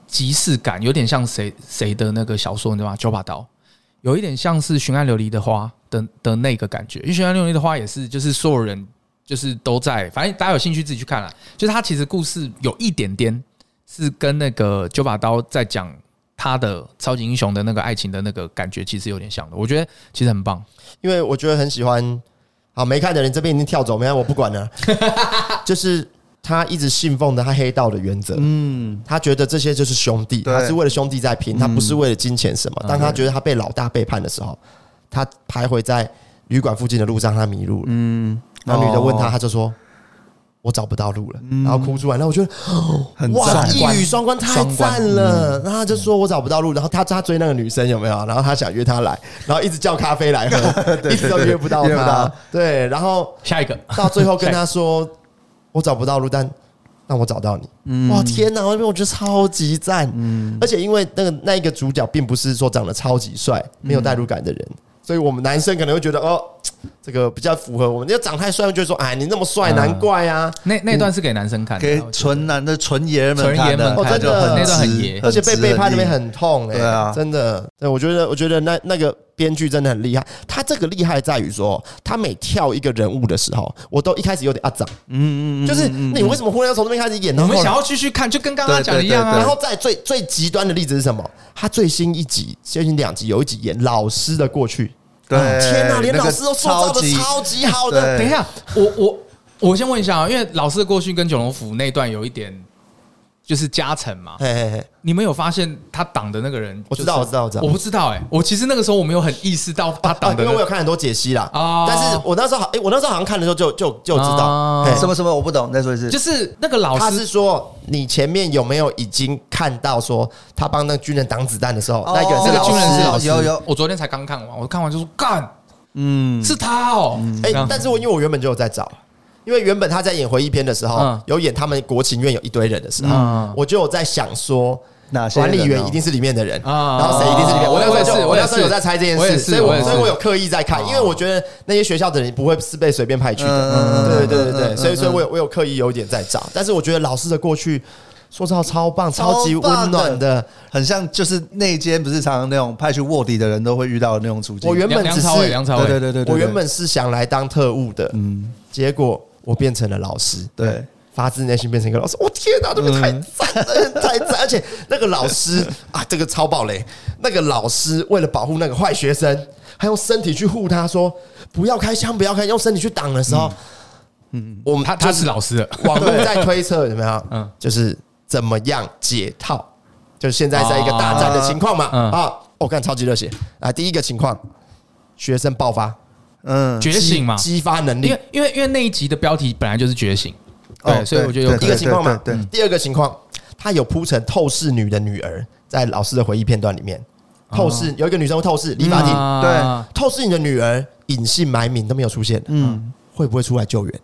即视感，有点像谁谁的那个小说，你知道吗？九把刀，有一点像是《寻爱琉璃的花》的的那个感觉，因为《寻爱琉璃的花》也是，就是所有人就是都在，反正大家有兴趣自己去看啦。就是它其实故事有一点点是跟那个九把刀在讲。他的超级英雄的那个爱情的那个感觉，其实有点像的，我觉得其实很棒。因为我觉得很喜欢。好，没看的人这边已经跳走，没看我不管 了。就是他一直信奉的他黑道的原则，嗯，他觉得这些就是兄弟，对他是为了兄弟在拼，他不是为了金钱什么。当他觉得他被老大背叛的时候，他徘徊在旅馆附近的路上，他迷路了。嗯，然后女的问他，哦他就说。我找不到路了，然后哭出来，然后我觉得很哇，赞一语双关太双关赞了。然后他就说我找不到路，然后他他追那个女生有没有？然后他想约她来，然后一直叫咖啡来喝， 一直都约不到约不她到。对，然后下一个，到最后跟她说我找不到路，但但我找到你。哇天哪，那边我觉得超级赞。而且因为那个那一个主角并不是说长得超级帅、没有代入感的人，所以我们男生可能会觉得哦。这个比较符合我们。要长太帅，就会说哎，你那么帅，难怪啊。那那段是给男生看的，给我觉得纯男的纯爷们纯看爷们的，看就哦的很那段很直爷而且被直背叛那边硬很痛哎、对啊真的，对我觉得，我觉得那那个编剧真的很厉害。他这个厉害在于说，他每跳一个人物的时候，我都一开始有点啊长，嗯嗯，就是你为什么忽然要从那边开始演？我然后们后来想要继续看，就跟刚刚讲的一样对啊然。后再最最极端的例子是什么？他最新一集、最新两集有一集演老师的过去，对，哦天哪，连哎那个老师都塑造超的级超级好的，对等一下，哎我我我先问一下啊，因为老师的过去跟九龙府那段有一点就是加成嘛，嘿嘿嘿，你们有发现他挡的那个人、我知道，我知道，我知道我，不知道哎、我其实那个时候我没有很意识到他啊挡的因那为我有个。看很多解析啦哦，但是我那时候好，哎，我那时候好像看的时候就就就知道哦，嘿什么什么我不懂，再说一次就。是那个老他师是说你前面有没有已经看到说他帮那个军人挡子弹的时候，那个人哦那是个老军人是师。老师，有有我昨天才刚看完，我看完就说干，嗯，是他哦，这哎、样但是我因为我原本就有在找，因为原本他在演回忆片的时候，嗯有演他们国情院有一堆人的时候，嗯我就有在想说。哪些人啊管呢理员一定是里面的人，啊然后谁一定是里面？我我那时我也是候就我我也是那时候有在猜这件我也事，是所以我我也是所以我有刻意在看，哦因为我觉得那些学校的人不会是被随便派去嗯的，对对对对对，所以所以我有我有刻意有一点在找，但是我觉得老师的过去说到超棒，超级超棒的温暖的，很像就是内间不是常常那种派去卧底的人都会遇到的那种处境。我原梁本梁只是朝伟，梁朝伟，对对对对对，我原本是想来当特务的，嗯，结果我变成了老师，对发自内心变成一个老师。我、天哪、这个太赞了，太赞！而且那个老师啊，这个超暴雷，那个老师为了保护那个坏学生，还用身体去护他说不要开枪，不要开，用身体去挡的时候，嗯，我们他他是老师了，网络在推测怎么样？嗯嗯，就是怎么样解套，就是现在在一个大战的情况嘛。嗯啊，我看超级热血啊！第一个情况，学生爆发，嗯， 觉醒嘛，激激发能因力为，因为因为那一集的标题本来就是觉醒，哦对，所以我觉得有第对一个情况嘛。对对嗯第二个情况，他有铺成透视女的女儿，在老师的回忆片段里面，哦透视有一个女生会透视理发厅，啊对透视你的女儿隐姓埋名都没有出现，嗯，会不会出来救援？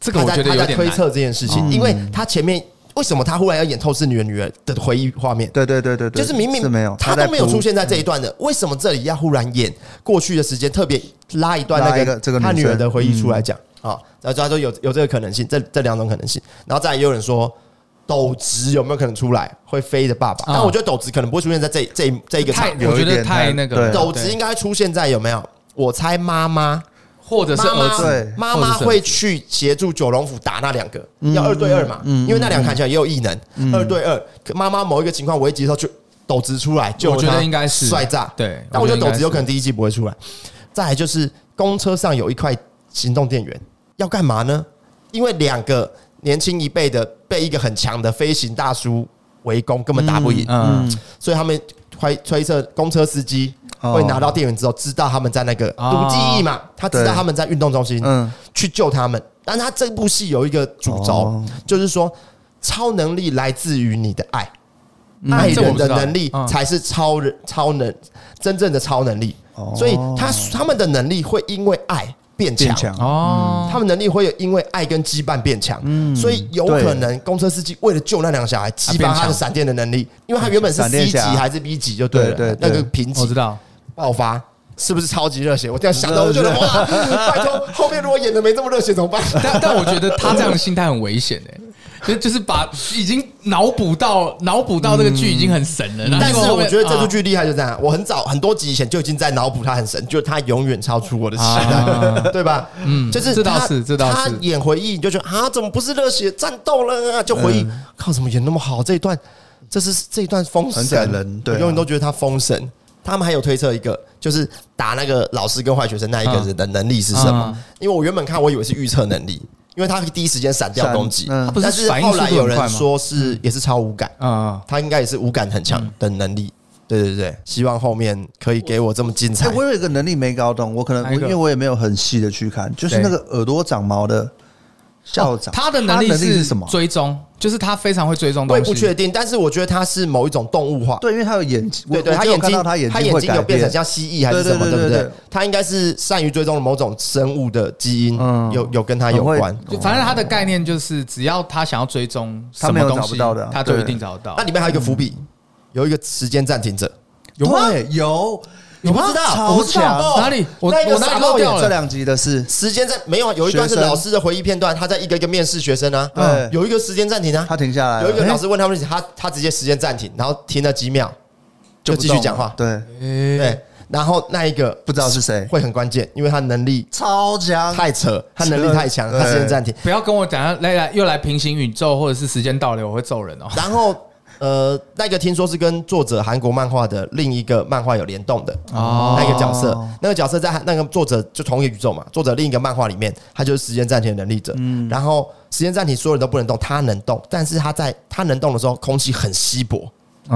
这个我他在觉得他有在点推难。嗯测这件事情，因为他前面为什么他忽然要演透视女的女儿的回忆画面？对对对对对，就是明明是没有，他在嗯都没有补出。现在这一段的，为什么这里要忽然演过去的时间，特别拉一段拉那一个这个女他女生嗯儿的回忆出来讲啊？然后他说有有这个可能性，这这两种可能性，然后再来也有人说。斗直有没有可能出来会飞的爸爸？啊但我觉得斗直可能不会出现在这这这一个太场，我觉有一得点太太那个了对斗直应该出现在有没有？我猜妈妈或者是妈儿妈子，对妈妈会去协助九龙府打那两个，要二对二嘛，因为那两个看起来也有异能，二对二。可妈妈某一个情况危急的时候就斗直出来救我觉得他应该是帅炸，对但我觉得斗应该直是有可能第一季不会出来。再来就是公车上有一块行动电源，要干嘛呢？因为两个年轻一辈的被一个很强的飞行大叔围攻，根本打不赢，嗯，所以他们推推测公车司机会拿到电源之后，知道他们在那个哦读记忆嘛，他知道对他们在运动中心，嗯，去救他们。但他这部戏有一个主轴，哦就是说超能力来自于你的爱，嗯爱这我人不知的道能力嗯才是超人、超能真正的超能力。哦所以他他们的能力会因为爱变变强。强哦，他们能力会有因为爱跟羁绊变强，嗯所以有可能公车司机为了救那两个小孩，激发变他强的闪电的能力，因为他原本是啊闪 C 电级侠还是 B 级就对对了对，对那个评级我知道，爆发，是不是超级热血？我这样想到，我觉得哇，拜托，后面如果演的没这么热血怎么办？但但我觉得他这样的心态很危险 哎，就就是把已经脑补到脑补到这个剧已经很神了，然后但结是果后我面觉得这部啊剧厉害就这样，我很早很多集以前就已经在脑补他很神，就是他永远超出我的期啊待， 对吧？嗯，就是这倒他是这倒他是演回忆，你就觉得啊，怎么不是热血战斗了啊？就回嗯忆，靠，怎么演那么好？这一段这是这一段封很神感人对我啊永远都觉得他封神。他们还有推测一个，就是打那个老师跟坏学生那一个人的能力是什么嗯？因为我原本看我以为是预测能力，因为他第一时间闪掉闪攻击嗯他不，是但是反应后速来度有很快人吗嗯说是也是超无感，啊，他应该也是五感很嗯强的能力。对对对，希望后面可以给我这么精彩哎，。我有一个能力没搞懂，我可能哪我一个因为我也没有很细的去看，就是对那个耳朵长毛的校长，他的能力是什么？追踪，就是他非常会追踪我东也西，不确定，但是我觉得他是某一种动物化。对，因为他有眼睛，对对，我我他只有眼看睛到他眼他睛眼会睛改有变成变，像蜥蜴还是什么，对对对对不对对对？他应该是善于追踪某种生物的基因，嗯有有跟他有关很。就反正他的概念就是，只要他想要追踪他什没么有东找西，不到的啊他就一对定找得到嗯那。里面还有一个伏笔，有一个时间暂停者，有吗对有你不知道？我不超知道强哪里我那个我哪傻里帽漏眼掉了这两集的是时间在没有，有一段是学生老师的回忆片段，他在一个一个面试学生啊，对嗯有一个时间暂停啊，他停下来了，有一个哎老师问他问题，他他直接时间暂停，然后停了几秒就继续讲话，不动了哎对，然后那一个不知道是谁会很关键，因为他能力对，超强，太扯，他能力太强，对他时间暂停，不要跟我讲啊，来来又来平行宇宙或者是时间倒流，我会揍人 哦。然后。呃，那个听说是跟作者韩国漫画的另一个漫画有联动的哦那个角色，那个角色在那个作者就同一个宇宙嘛，作者另一个漫画里面，他就是时间暂停的能力者。嗯然后时间暂停所有人都不能动，他能动，但是他在他能动的时候，空气很稀薄，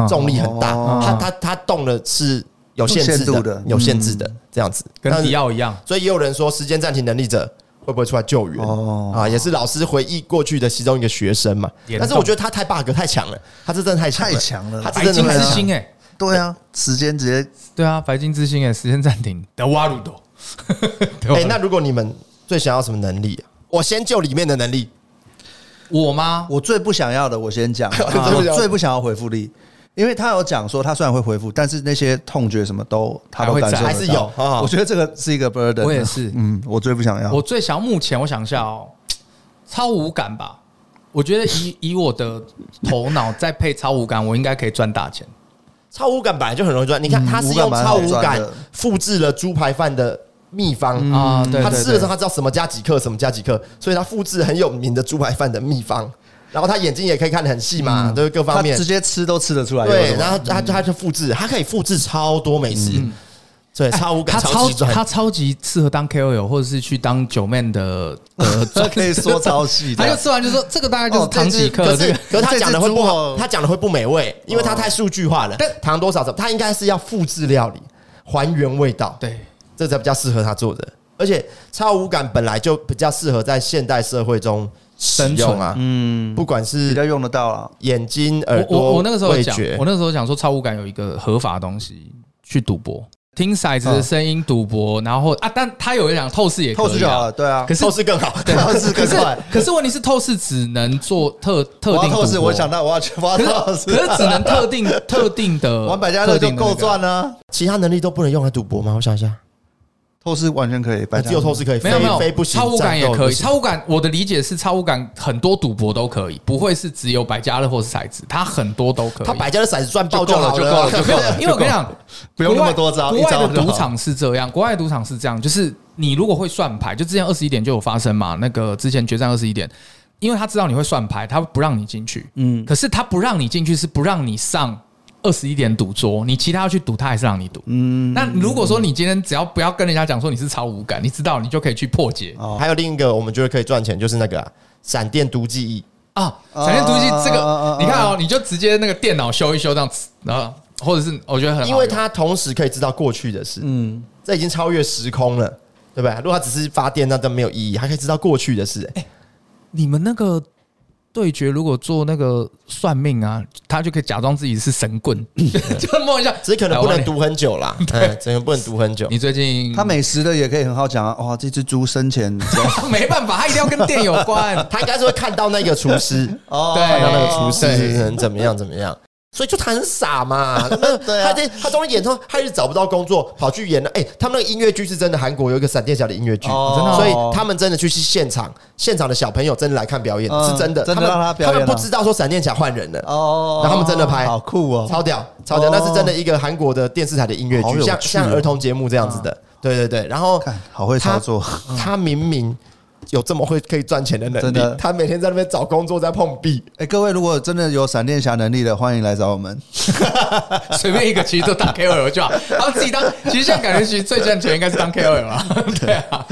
重力很大，嗯哦他他他动的是有限制有限度的的，嗯有限制的这样子。跟但迪奥一样，所以也有人说，时间暂停能力者会不会出来救援？哦啊，也是老师回忆过去的其中一个学生嘛。联动但是我觉得他太 bug 太强了，他是真的太强了，太强了他白是啊真金的太之强。星哎，对啊，时间直接对啊，白金之星哎，时间暂停啊的瓦鲁 多。哎，那如果你们最想要什么能力啊？我先救里面的能力，我吗？我最不想要的，我先讲，啊我最不想要回复力，因为他有讲说他虽然会回复，但是那些痛觉什么都他都还会感受得到还是有啊我觉得这个是一个 burden，我也是嗯，我最不想要，我最想目前我想一下哦，超无感吧。我觉得以以我的头脑再配超无感，我应该可以赚大钱。超无感本来就很容易赚。你看，他是嗯无感用蛮超好无赚感的复制了猪排饭的秘方啊对对他吃的时候对他知道什么加几克，什么加几克，所以他复制很有名的猪排饭的秘方。然后他眼睛也可以看得很细嘛，就是各嗯他方面直。接吃都吃得出来，有对，什么嗯然后他他就复制，他可以复制超多美食，对，超无感，哎他超超级赚。他超级适合当 KOL 或者是去当九妹 的 呃专可以说超细的他就吃完就说这个大概就是哦这唐吉可诃这是个，可是他讲的会不这只猪好，哦他讲的会不美味，因为他太数据化了。哦但糖多少什么，他应该是要复制料理，还原味道，对这才比较适合他做的。而且超无感本来就比较适合在现代社会中使生存用啊，嗯，不管比较是用得到了，眼睛、耳我我朵、我那个时候味讲，觉我，那个时候讲说超无感有一个合法的东西去赌博，听骰子的声音赌博，然后啊，但他有一讲透视也可嗯透视以就好啊了，，对啊可，是透视更好，透视可更是快，可是问题是透视只能做特特我定要赌透视，博我想到我要去我要可是透视，可是只能特定特定的 玩百家乐就够赚了。啊了，其他能力都不能用来赌博吗？我想一下，透视完全可以，百家只有乐透视可以，没有非没非有，不行，超无感也战斗可不以。行超无感，我的理解是超无感很多赌博都可以，不会是只有百家乐或是骰子，它很多都可以。他百家的骰子赚爆就够了好就了够啊，了就没 有，因为我跟你讲，不用那么多招，国一外国招外就的好赌场是这样，国外的赌场是这样，就是你如果会算牌，就之前二十一点就有发生嘛，那个之前决战二十一点，因为他知道你会算牌，他不让你进去，嗯，可是他不让你进去是不让你上。二十一点赌桌，你其他要去赌，他还是让你赌。嗯，那如果说你今天只要不要跟人家讲说你是超无感，你知道你就可以去破解 还有另一个我们觉得可以赚钱，就是那个啊闪、电毒记忆。啊。闪电毒气这啊啊啊啊个啊，你看哦，你就直接那个电脑修一修这样子，然后或者是我觉得很好因为用它同时可以知道过去的事， 嗯，这已经超越时空了，对吧？如果它只是发电，那都没有意义，还可以知道过去的事、哎、你们那个对决，如果做那个算命啊，他就可以假装自己是神 棍，就摸一下，只是可来能不我帮能你读很久啦，嗯，只能不能读很 久。你最近他美食的也可以很好讲啊，哇，这只猪生前没办 法，他一定要跟店有关。他应该是会看到那个厨师，哦对看到那个厨对师能怎么样怎么样。所以就他很傻 嘛，那对啊他在他终于演出，他一直找不到工作，跑去演了。哎、他们那个音乐剧是真的，韩国有一个闪电侠的音乐剧，哦真的哦所以他们真的去去现场，现场的小朋友真的来看表演，嗯是真的。真的他们让他表他演们啊不知道说闪电侠换人了，哦，然后他们真的拍好酷哦，超屌，超屌！哦那是真的一个韩国的电视台的音乐好剧，有像趣像哦儿童节目这样子的，对对对。然后看好会操作，他明明有这么会可以赚钱的能真力的，他每天在那边找工作，在碰壁。哎、各位如果真的有闪电侠能力的，欢迎来找我们。随便一个其实都当 KOL 就好，他们自己当。其实现在感觉其实最赚钱应该是当 KOL 啊，对啊，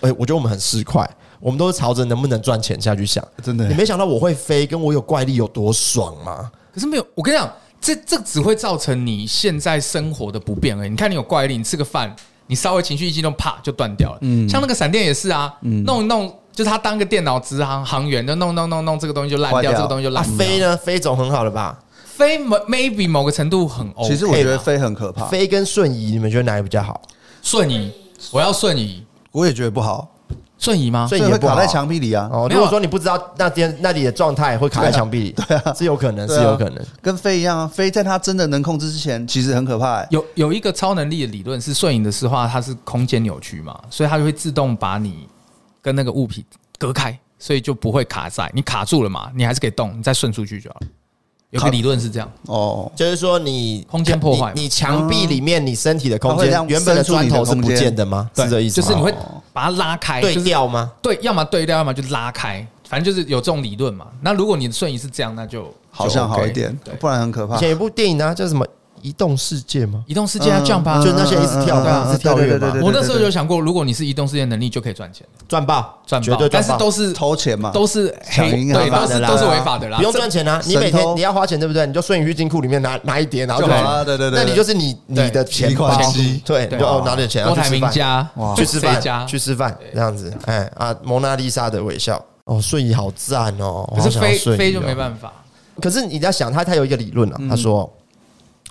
哎，我觉得我们很市侩，我们都是朝着能不能赚钱下去想。真的你没想到我会飞，跟我有怪力有多爽吗？可是没有，我跟你讲，这这只会造成你现在生活的不便而已。你看，你有怪力，你吃个饭，你稍微情绪一激动，啪就断掉了。嗯，像那个闪电也是啊，嗯弄一弄，就是他当个电脑直航航员，就弄弄弄弄，这个东西就烂坏掉，掉这个东西就啊，烂掉。飞呢？飞总很好了吧？飞某 maybe 某个程度很 OK，其实哦我觉得飞很可怕，飞跟瞬移，你们觉得哪个比较好？瞬移，我要瞬移，我也觉得不好。瞬移吗？所以啊所以也会不卡好在墙壁里啊，哦。没有啊如果说你不知道那天那里的状态会卡在墙壁里，对啊，是有可能，对是啊有可能。跟飞一样啊。飞在它真的能控制之前，其实很可怕欸。有有一个超能力的理论是顺影的石化，它是空间扭曲嘛，所以它就会自动把你跟那个物体隔开，所以就不会卡在你卡住了嘛，你还是可以动，你再顺出去就好了。有个卡理论是这样，哦，就是说你空间破坏嘛你你墙壁里面你身体的空它会间这样原本的砖头是不见的吗？对是这意就思吗？是你会把它拉开，对就是调吗？对，要么对调，要么就拉开，反正就是有这种理论嘛。那如果你的瞬移是这样，那就好像好一点 OK，对，不然很可怕以。前有一部电影啊，叫什么《移动世界》吗？移动世界啊嗯 jump 啊就，那些一直跳嗯嗯的嗯一直跳跃对对对嘛对对我那时候对有想过，如果你是移动世界能力，就可以赚钱，赚爆，赚绝爆，对但赚是爆，都是偷钱嘛，都是抢黑，银行对，吧都是的啦都是违法的啦，不用这赚钱啊！神你每天偷你要花钱，对不对？你就顺鱼金库里面拿拿一叠，然后就就好了。对对对，那你就是你你对的钱一包块七，对，你对啊就哦拿点钱，然郭后台去吃铭饭，家哇去吃谁家饭，去吃饭这样子。哎啊，蒙娜丽莎的微笑，哦，瞬移好赞哦！可是飞飞就没法。办法，可是你要想他，他有一个理论啊，他说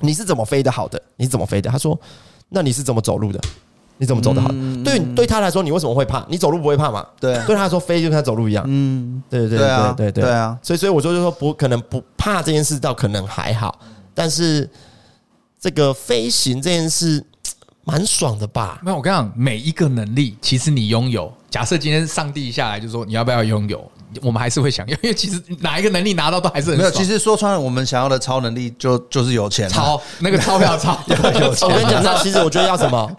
你是怎么飞得好的？你是怎么飞的？他说那你是怎么走路的？你怎么走得好的？对对他来说，你为什么会怕？你走路不会怕嘛？对对他来说，飞就跟他走路一样。嗯，对对对啊对对啊所以所以我就就说不可能不怕这件事，倒可能还好，嗯但是这个飞行这件事嘖蛮爽的吧？没有，我跟你讲，每一个能力其实你拥有。假设今天上帝下来就说你要不要拥有，我们还是会想要，因 为其实哪一个能力拿到都还是很没有。爽。其实说穿了，我们想要的超能力就就是有钱 啊，钞那个钞票钞，我跟你讲，那其实我觉得要什么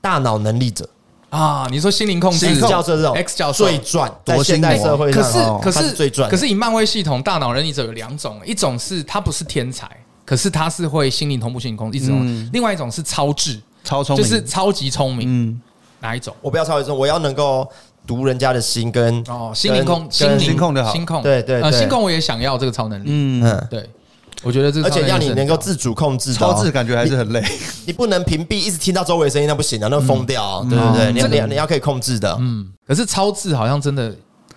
大脑能力者， 啊，你说心灵控制是教授这种 X 教授最赚，在多现辛苦代啊社会上可是哦可他是最赚的，可是以漫威系统，大脑能力者有两种，一种是他不是天才，可是他是会心灵同步、心灵控制；一种、嗯另外一种是超智，超聪就明，是超级聪明。嗯，哪一种？我不要超越说，我要能够读人家的心跟哦，心灵控、跟心灵心控就好心控对对呃，对心控我也想要这个超能力。嗯，对，我觉得这而且要超能力是你很能够重要自主控制的哦，超智感觉还是很累。你不能屏蔽，一直听到周围声音，那不行啊，那会疯掉哦，对不对？你要你要你要可以控制的，嗯，可是超智好像真的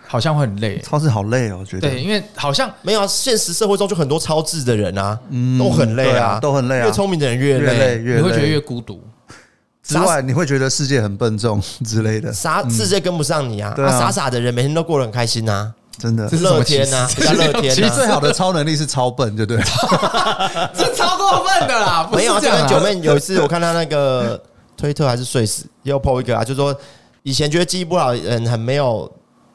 好像会很累， 超智好累哦，我觉得。对，因为好像没有啊，现实社会中就很多超智的人啊，都很累对啊啊，都很累啊越聪明的人越越累嗯累。哎你越会觉得累越孤独。之外，你会觉得世界很笨重 之类的，傻世界跟不上你啊！对啊啊傻傻的人每天都过得很开心啊，真的这。是什乐么歧天视啊，这比较是这乐 天是其歧视实啊。最好的超能力是超笨，对不对？这超过分的啦，不是 没有啊，这就样啊跟九妹有一次，我看她那个推特还是睡死，又 PO 一个啊，就说以前觉得记忆不好的人很没有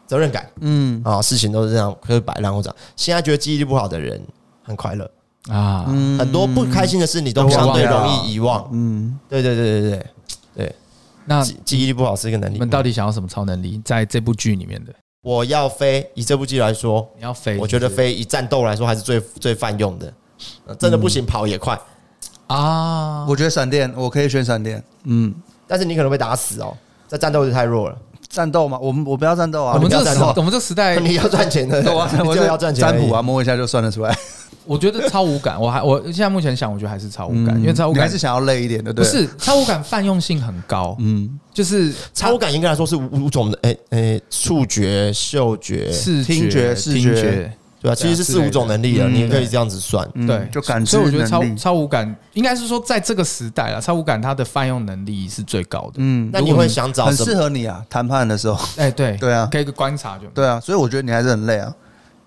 责任感，嗯啊，事情都是这样，可是摆烂或者现在觉得记忆力不好的人很快乐，啊，很多不开心的事你都相对容易遗忘。嗯，对对对对对对，那记记忆力不好是一个能你力们。到底想要什么超能力？在这部剧里面的，我要飞，以这部剧来说，你要飞，哎我觉得是不是飞以战斗来说还是最最泛用的。呃真的不嗯行，跑也快，啊，我觉得闪电，我可以选闪电。嗯，但是你可能被打死哦，在战斗就太弱了。战斗嘛，我们我不要战斗啊，我们这不个要时战斗，我们这个时代， 你要赚钱的，哎 对我你我就是要赚钱而占已。卜啊，摸一下就算得出来。我觉得超无感。我还我现在目前想，我觉得还是超无感，嗯因为超无嗯你感还是想要累一点，对不不对？，是超无感泛用性很高，嗯，就是超感应该来说是五五种的，哎哎，触觉、嗅觉，视听觉视听觉觉，对吧？啊其实是之四类的五种能力了，嗯你可以这样子算。嗯对，就感知所以我觉得能超力超无感，应该是说在这个时代了，超无感它的泛用能力是最高的。嗯，那你会想找很什适么？合你啊，谈判的时候， 哎，对对啊可以观察就对啊，所以我觉得你还是很累啊。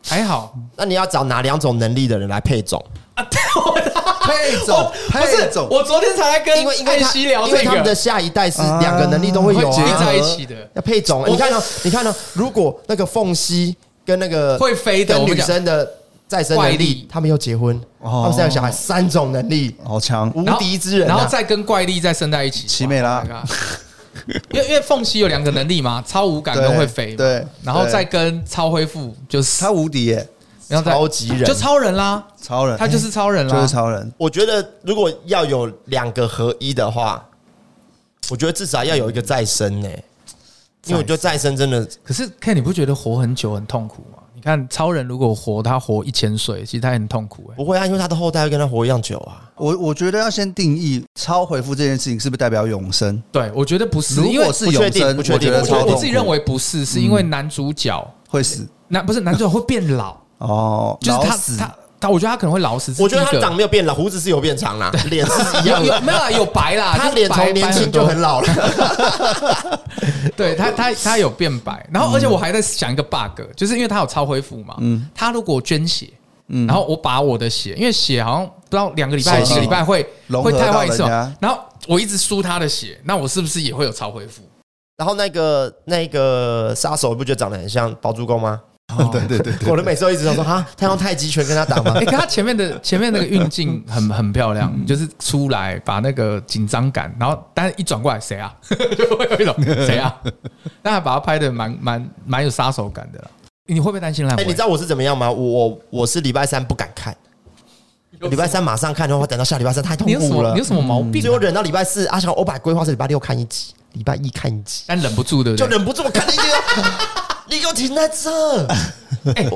还好。那你要找哪两种能力的人来配种？ 配 种，配种，哦我昨天才来跟因为因为艾他希哎聊因为这他们的个，下一代是两个能力都会有结啊合在一起的。要配种。你看呢？你看呢？如果那个凤西跟那个会飞的跟我们女讲生的再生能怪力力，他们又结婚，哦他们三个小孩三种能力，好强，无然后敌之人啊。然后再跟怪力再生在一起，奇美哇，拉好尴尬因为因为凤西有两个能力嘛，超无感对跟会飞嘛，对然后对再跟超恢复就是他，无敌耶，然后再超级人就超人啦，超人，他就是超人啦，就是超人，我觉得如果要有两个合一的话，我觉得至少要有一个再生呢、因为我觉得再生真的可是 Ken，你不觉得活很久很痛苦吗？你看超人如果活，他活一千岁，其实他也很痛苦哎、不会啊，因为他的后代会跟他活一样久啊。我我觉得要先定义超回复这件事情是不是代表永生？对，我觉得不是，如因为果我是不确永定生，不我确觉定得不确定超痛我苦嗯自己认为不是，是因为男主角会死男不是男主角会变老，哦，就是老他死他他我觉得他可能会老死。我觉得这是他第一个长没有变老，胡子是有变长啦，脸是一样有有的。没有啊？有白啦， 他就是脸白从年轻就很，老了，白很多哦对他他他有变白。然嗯后而且我还在想一个 bug，就是因为他有超恢复嘛，他如果捐血。然后我把我的血，因为血好像不知道两个礼拜、嗯是几个礼拜会融合会太换一到次人嘛家，然后我一直输他的血，那我是不是也会有超恢复？然后那个那个杀手，你不觉得长得很像包租公吗？ 对对对哦对，我的每次都一直都说哈，他用太极拳跟他打吗 哎、？可他前面的前面那个运镜很很漂亮，嗯就是出来把那个紧张感，然后但是一转过来谁啊， 就会有一 种谁啊，但还把他拍的蛮蛮蛮有杀手感的啦。你会不会担心烂哎、尾？你知道我是怎么样吗？我我我是礼拜三不敢看，礼拜三马上看的话，等到下礼拜三太痛你有什苦么了你有，什么毛病、所以啊？我忍到礼拜四。阿翔，我把规划是礼拜六看一集，礼拜一看一集，但忍不住的，就忍不住我看了一 集，你给我停在这。啊哎、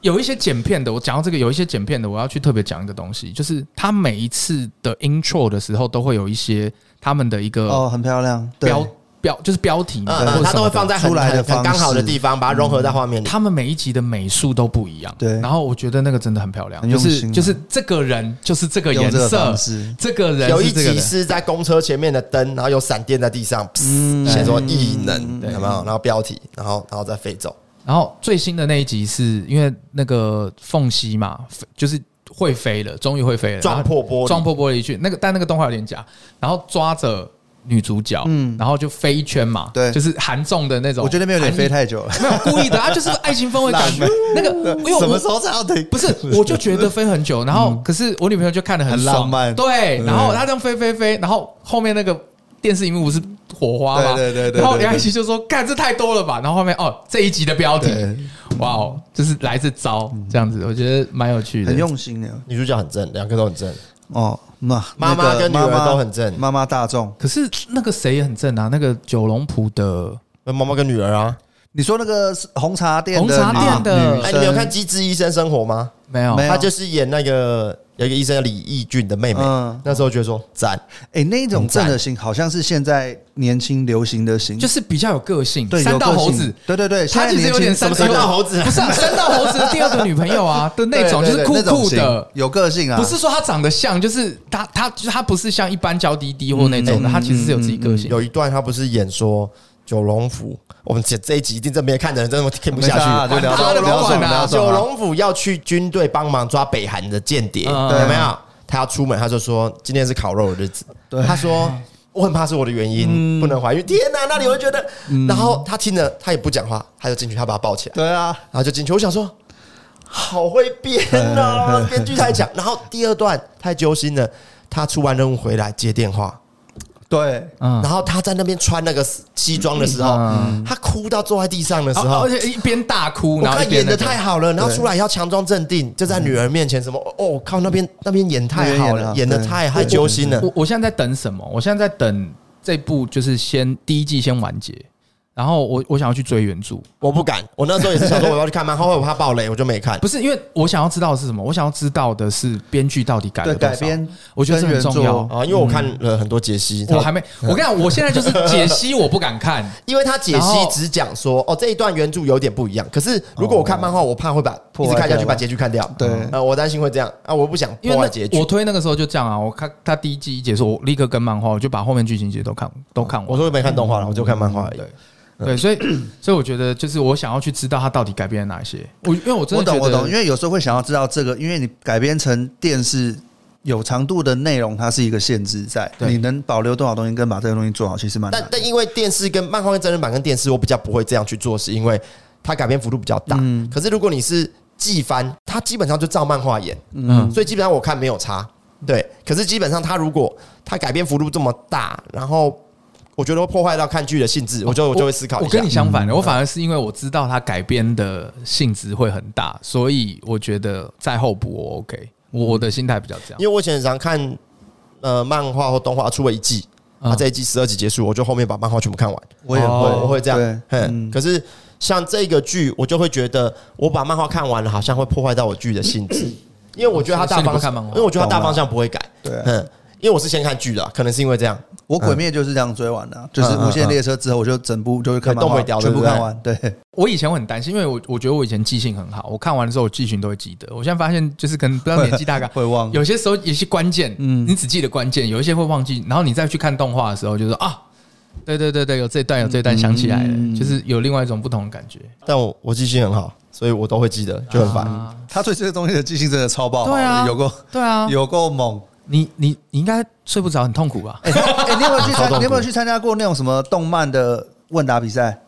有一些剪片的，我讲到这个，有一些剪片的，我要去特别讲一个东西，就是他每一次的 intro 的时候，都会有一些他们的一个哦，很漂亮，对标标，就是标题嘛，嗯或者嗯，他什么都会的放在很出来很的很方刚式嗯好的地方，把它融合在画面里。他们每一集的美术都不一样，对然后我觉得那个真的很漂亮，很就用是心啊就是这个人就是这个颜用这个色方式，这个人有一是这个集人是在公车前面的灯，然后有闪电在地上，噗写说异能，有没有？然后标题，然后然后再飞走。然后最新的那一集是因为那个凤西嘛，飞就是会飞了，终于会飞了，撞破玻璃撞破玻璃去那个，但那个动画有点假，然后抓着女主角，嗯，然后就飞一圈嘛，对就是韩重的那种，我觉得没有点韩飞太久了，没有故意的，啊，就是爱情氛围 感浪漫，那个 因为我什么时候才要停？不 是，我就觉得飞很久，然后可是我女朋友就看得很嗯很爽浪漫对，然后她这样飞飞飞，然后后面那个电视荧幕不是火花嘛，对对对对然后对对梁一奇就说：“干，这太多了吧？”然后后面哦，这一集的标题 对，哇哦，就是来这招这样子，我觉得蛮有趣的，很用心的女主角很正，两个都很正。哦，那妈妈那个跟女儿都很正妈妈大众。可是那个谁也很正啊，那个九龙埔的那妈妈跟女儿啊，你说那个是红茶店的红茶店的女哎，女你们有生看《机智医生生活》吗？没有没有她就是演那个有一个医生叫李义俊的妹妹嗯，那时候觉得说赞，哎、那一种很赞正的型好像是现在年轻流行的型，就是比较有个性，对三有道个猴性子。对对对，他现在其实有点年轻三什么三道猴子啊不是啊三道猴子第二个女朋友啊的那种，就 是对对酷那种酷的型，有个性啊，不是说他长得像，就是他他就是他不是像一般娇滴滴或那种的，嗯他其实是有自己个性。有一段她不是演说九龙府，我们这这一集一定这没看的人真的听不下去，没事啊就聊他的聊不爽管啊聊九爽啊。龙府要去军队帮忙抓北韩的间谍，嗯有没有？他要出门，他就说今天是烤肉的日子。他说我很怕是我的原嗯因，不能怀孕。天哪，那你会觉得？然后他听了，他也不讲话，他就进去，他把他抱起来，对啊，然后就进去。我想说，好会编哦，编剧太强。然后第二段太揪心了，他出完任务回来接电话，对，嗯然后他在那边穿那个西装的时候，他哭到坐在地上的时然候啊后，而且一边大哭，我然后一看边演那的个太好了，然后出来要强装镇定，就在女儿面前什么哦，我靠，那边那边演太好了，那边演演得好的太太揪心了。我我现在在等什么？我现在在等这部就是先第一季先完结，然后我我想要去追原著，我不敢，我那时候也是想说我要去看漫画，后来我怕爆雷，我就没看不。是因为我想要知道的是什么，我想要知道的是编剧到底改了对多改少。编，我觉得这很跟原重作要啊，因为我看了很多解析，我还没，我跟你讲，我现在就是解析，我不敢看，因为他解然析后只讲说哦这一段原著有点不一样，可是如果我看漫哦画，我怕会把一破直坏看下去掉把结局看掉，对呃，我担心会这样啊，我不想因为破坏结那局我。推那个时候就这样啊，我看他第一季一结束，我立刻跟漫画，我就把后面剧情节都看都看完。我说没看动画了，我就看漫画而已。嗯对对，所以 所以我觉得就是我想要去知道他到底改变了哪些。我因为我真我的懂觉我得懂，因为有时候会想要知道这个，因为你改编成电视有长度的内容，它是一个限制在，对你能保留多少东西跟把这个东西做好，其实蛮难但的。但因为电视跟漫画跟真人版跟电视，我比较不会这样去做，是因为它改编幅度比较大。嗯可是如果你是季番，它基本上就照漫画演，嗯所以基本上我看没有差。对，可是基本上它如果它改编幅度这么大，然后我觉得会破坏到看剧的兴致，我就我就会思考哦我一下嗯跟你。相反的，我反而是因为我知道他改编的性质会很大，所以我觉得在后补我 OK，我我的心态比较这样因。为我以前很常看呃漫画或动画出了一季，嗯啊这一季十二集结束，我就后面把漫画全部看完。我也会，哦对，我会这样。对嗯，可是像这个剧，我就会觉得我把漫画看完了，好 像会破坏到我剧的性质，因为我觉得它所大以你方不看向哦漫，画因为我觉得它大懂了方向不会改。对啊嗯，因为我是先看剧的啊，可能是因为这样。我鬼灭就是这样追完的啊，就是无限列车之后，我就整部就会看漫动画，不了全对不部对看完。对，我以前会很担心，因为我我觉得我以前记性很好，我看完的时候我剧情都会记得。我现在发现就是可能不知道年纪大概 会忘有些时候有些关键，嗯，你只记得关键，有一些会忘记，然后你再去看动画的时候就说啊，对对对对，有这一段有这一段想起来了，嗯就是有另外一种不同的感觉。但我我记性很好，所以我都会记得，就很烦。啊他对这些东西的记性真的超爆好的，对啊有够对啊，有够猛。你你你应该睡不着，很痛苦吧？哎、哎你有没有 去超痛参？苦你有没有去参加过那种什么动漫的问答比赛？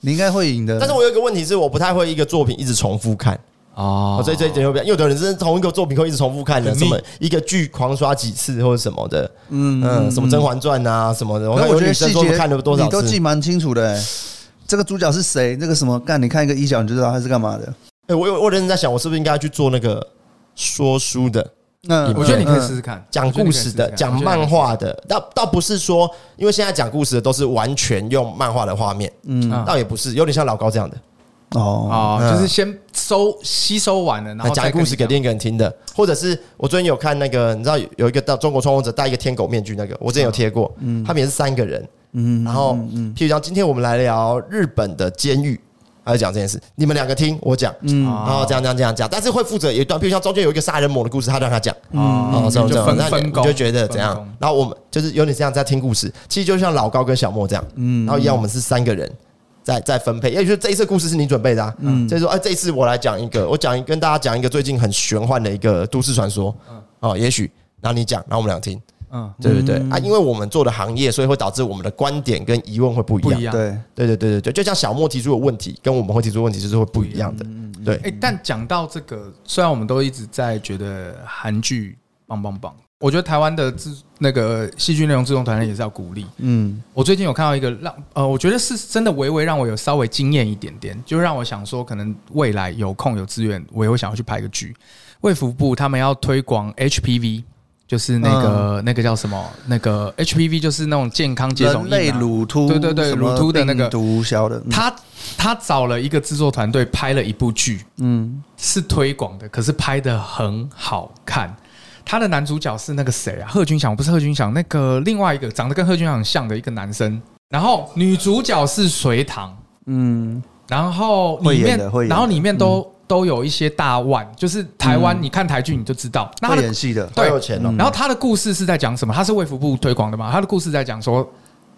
你应该会赢的。但是我有一个问题是，我不太会一个作品一直重复看，哦哦，所以这一点就比较，因为有的人是同一个作品会一直重复看的，很腻什么一个剧狂刷几次或者什么的，嗯嗯，什么《甄嬛传》啊什么的，我可看是有我觉女得生细说节看了多少你都记次。蛮清楚的、哎这个主角是谁？那个什么干？你看一个一角你就知道他是干嘛的。哎，我有我认真在想，我是不是应该去做那个说书的？那嗯嗯我觉得你可以试试看，讲故事的、讲漫画的，倒倒不是说，因为现在讲故事的都是完全用漫画的画面，嗯啊倒也不是，有点像老高这样的，哦，哦，嗯哎就是先收吸收完了，然后讲再故事给跟你另一个人听的，或者是我最近有看那个，你知道有有一个到中国创作者戴一个天狗面具那个，我之前有贴过，他们也是三个人，嗯然后嗯嗯譬如讲今天我们来聊日本的监狱，他就讲这件事，你们两个听我讲，嗯然哦后这样这样这样这样，但是会负责有一段，譬如像中间有一个杀人魔的故事，他让他讲。嗯哦，这种这就种，分那你分你工，就觉得怎样分工？然后我们就是有点这样在听故事，其实就像老高跟小莫这样，嗯，然后一样，我们是三个人在在分配，也就是这一次故事是你准备的啊，嗯，所以说，哎，这一次我来讲一个，我讲一跟大家讲一个最近很玄幻的一个都市传说，哦，也许，然后你讲，然后我们俩听，嗯，对对对，啊，因为我们做的行业，所以会导致我们的观点跟疑问会不一不样一，样。对，对对对对对，就像小莫提出的问题，跟我们会提出的问题就是会不一样的，对哎、，但讲到这个，虽然我们都一直在觉得韩剧棒棒棒，我觉得台湾的制那个戏剧内容制作团队也是要鼓励。嗯我最近有看到一个让呃，我觉得是真的微微让我有稍微惊艳一点点，就让我想说，可能未来有空有资源，我也会想要去拍个剧。卫福部他们要推广 HPV。就是那嗯个、那个叫什么？那个 HPV 就是那种健康接种人疫苗类乳突，对对对什么乳突的那个病毒小的，嗯他他找了一个制作团队拍了一部剧，嗯是推广的，可是拍的很好看。他的男主角是那个谁啊？贺军翔不是贺军翔，那个另外一个长得跟贺军翔很像的一个男生。然后女主角是隋唐，嗯，然后会里演面的会，演的嗯然后里面都、都有一些大腕，就是台湾，你看台剧你就知道。那他会的演戏的，对嗯好有钱哦，然后他的故事是在讲什么？他是卫福部推广的嘛？他的故事在讲说，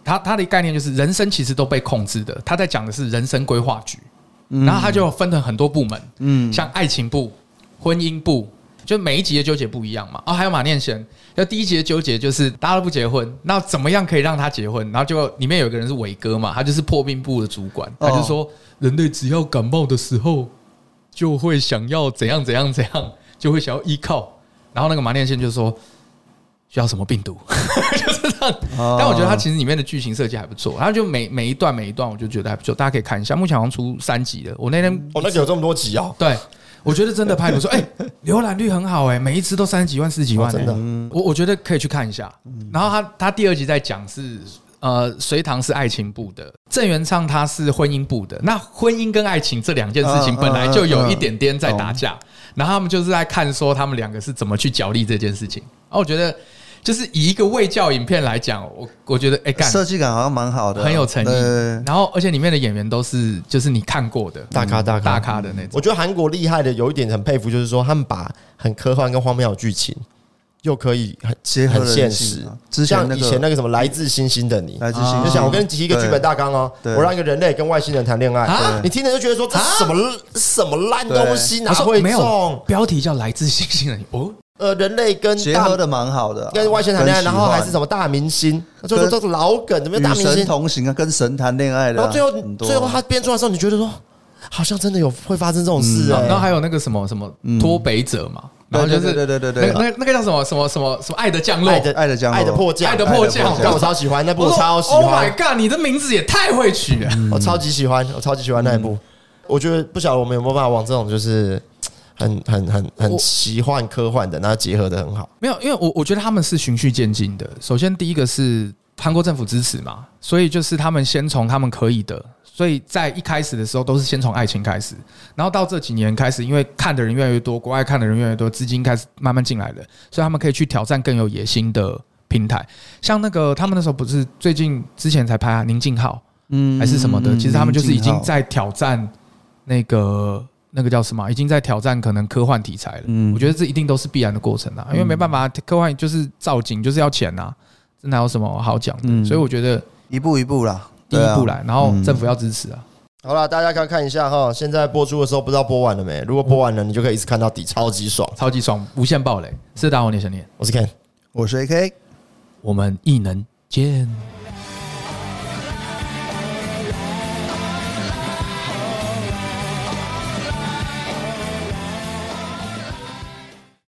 他他的概念就是人生其实都被控制的。他在讲的是人生规划局，嗯然后他就分成很多部门，嗯像爱情部、婚姻部，就每一集的纠结不一样嘛。哦，还有马念贤，就第一集的纠结就是大家都不结婚，那怎么样可以让他结婚？然后就里面有一个人是伟哥嘛，他就是破病部的主管，他就说、人类只要感冒的时候就会想要怎样怎样怎样，就会想要依靠。然后那个马念先就说需要什么病毒， 就是这样。哦但我觉得它其实里面的剧情设计还不错，它就每每一段每一段，我就觉得还不错，大家可以看一下。目前好像出三集了，我那天哦，那个有这么多集哦，对。我觉得真的拍 的说，哎、浏览率很好哎、每一次都三十几万、四十几万、哦真的嗯哎我我觉得可以去看一下。然后他他第二集在讲是，呃，隋唐是爱情部的，郑元畅他是婚姻部的。那婚姻跟爱情这两件事情嗯本来嗯就有嗯一点点在打架，嗯然后他们就是在看说他们两个是怎么去角力这件事情。然后我觉得，就是以一个卫教影片来讲，我我觉得哎干、设计感好像蛮好的，很有诚意对对。对然后而且里面的演员都是就是你看过的嗯大咖大咖大咖的那种。我觉得韩国厉害的有一点很佩服，就是说他们把很科幻跟荒谬的剧情，又可以很结合很了现人性实啊。之前像那以前个那个什么《来自星星的你》，啊来自星星，就想我跟你提一个剧本大纲哦，对我让一个人类跟外星人谈恋爱啊，你听着就觉得说这什么什么烂东西，啊哪他说会没有中？标题叫《来自星星的你》哦，呃，人类跟结大合的蛮好的啊，跟外星人谈恋爱，跟然奇后还幻是什么大明星，就说这是老梗，怎么有大与明神星？同行啊，跟神谈恋爱的然啊、后最后很多啊最后他编出来的时候，你觉得说好像真的有会发生这种事嗯然后哎。还有那个什么什么脱北者嘛，然后对就对是对对对那个对对那个那个叫什么什么什么什么爱的降落，爱的爱的降落爱的迫降，爱的迫降但我超喜欢那部，说我超喜 Oh my 欢。 god！你的名字也太会取了，我超级喜欢，我超级喜欢那一嗯部。我觉得不晓得我们有没有办法往这种就是很很很很我奇幻科幻的，然后结合的很好。没有，因为我我觉得他们是循序渐进的。首先，第一个是韩国政府支持嘛，所以就是他们先从他们可以的，所以在一开始的时候都是先从爱情开始，然后到这几年开始，因为看的人越来越多，国外看的人越来越多，资金开始慢慢进来了，所以他们可以去挑战更有野心的平台。像那个他们那时候不是最近之前才拍啊，宁静浩嗯还是什么的，其实他们就是已经，宁静浩在挑战那个那个叫什么啊，已经在挑战可能科幻题材了。嗯我觉得这一定都是必然的过程啊，因为没办法，科幻就是造景就是要钱呐，这哪有什么好讲嗯的？所以我觉得一步一步啦，啊嗯第一步啦，来，然后政府要支持啊。好了，大家可以看一下哈，现在播出的时候不知道播完了没？如果播完了，你就可以一直看到底，超级爽。超级爽，无限暴雷，是大红年想念，我是 Ken。我是 AK。我们异能见。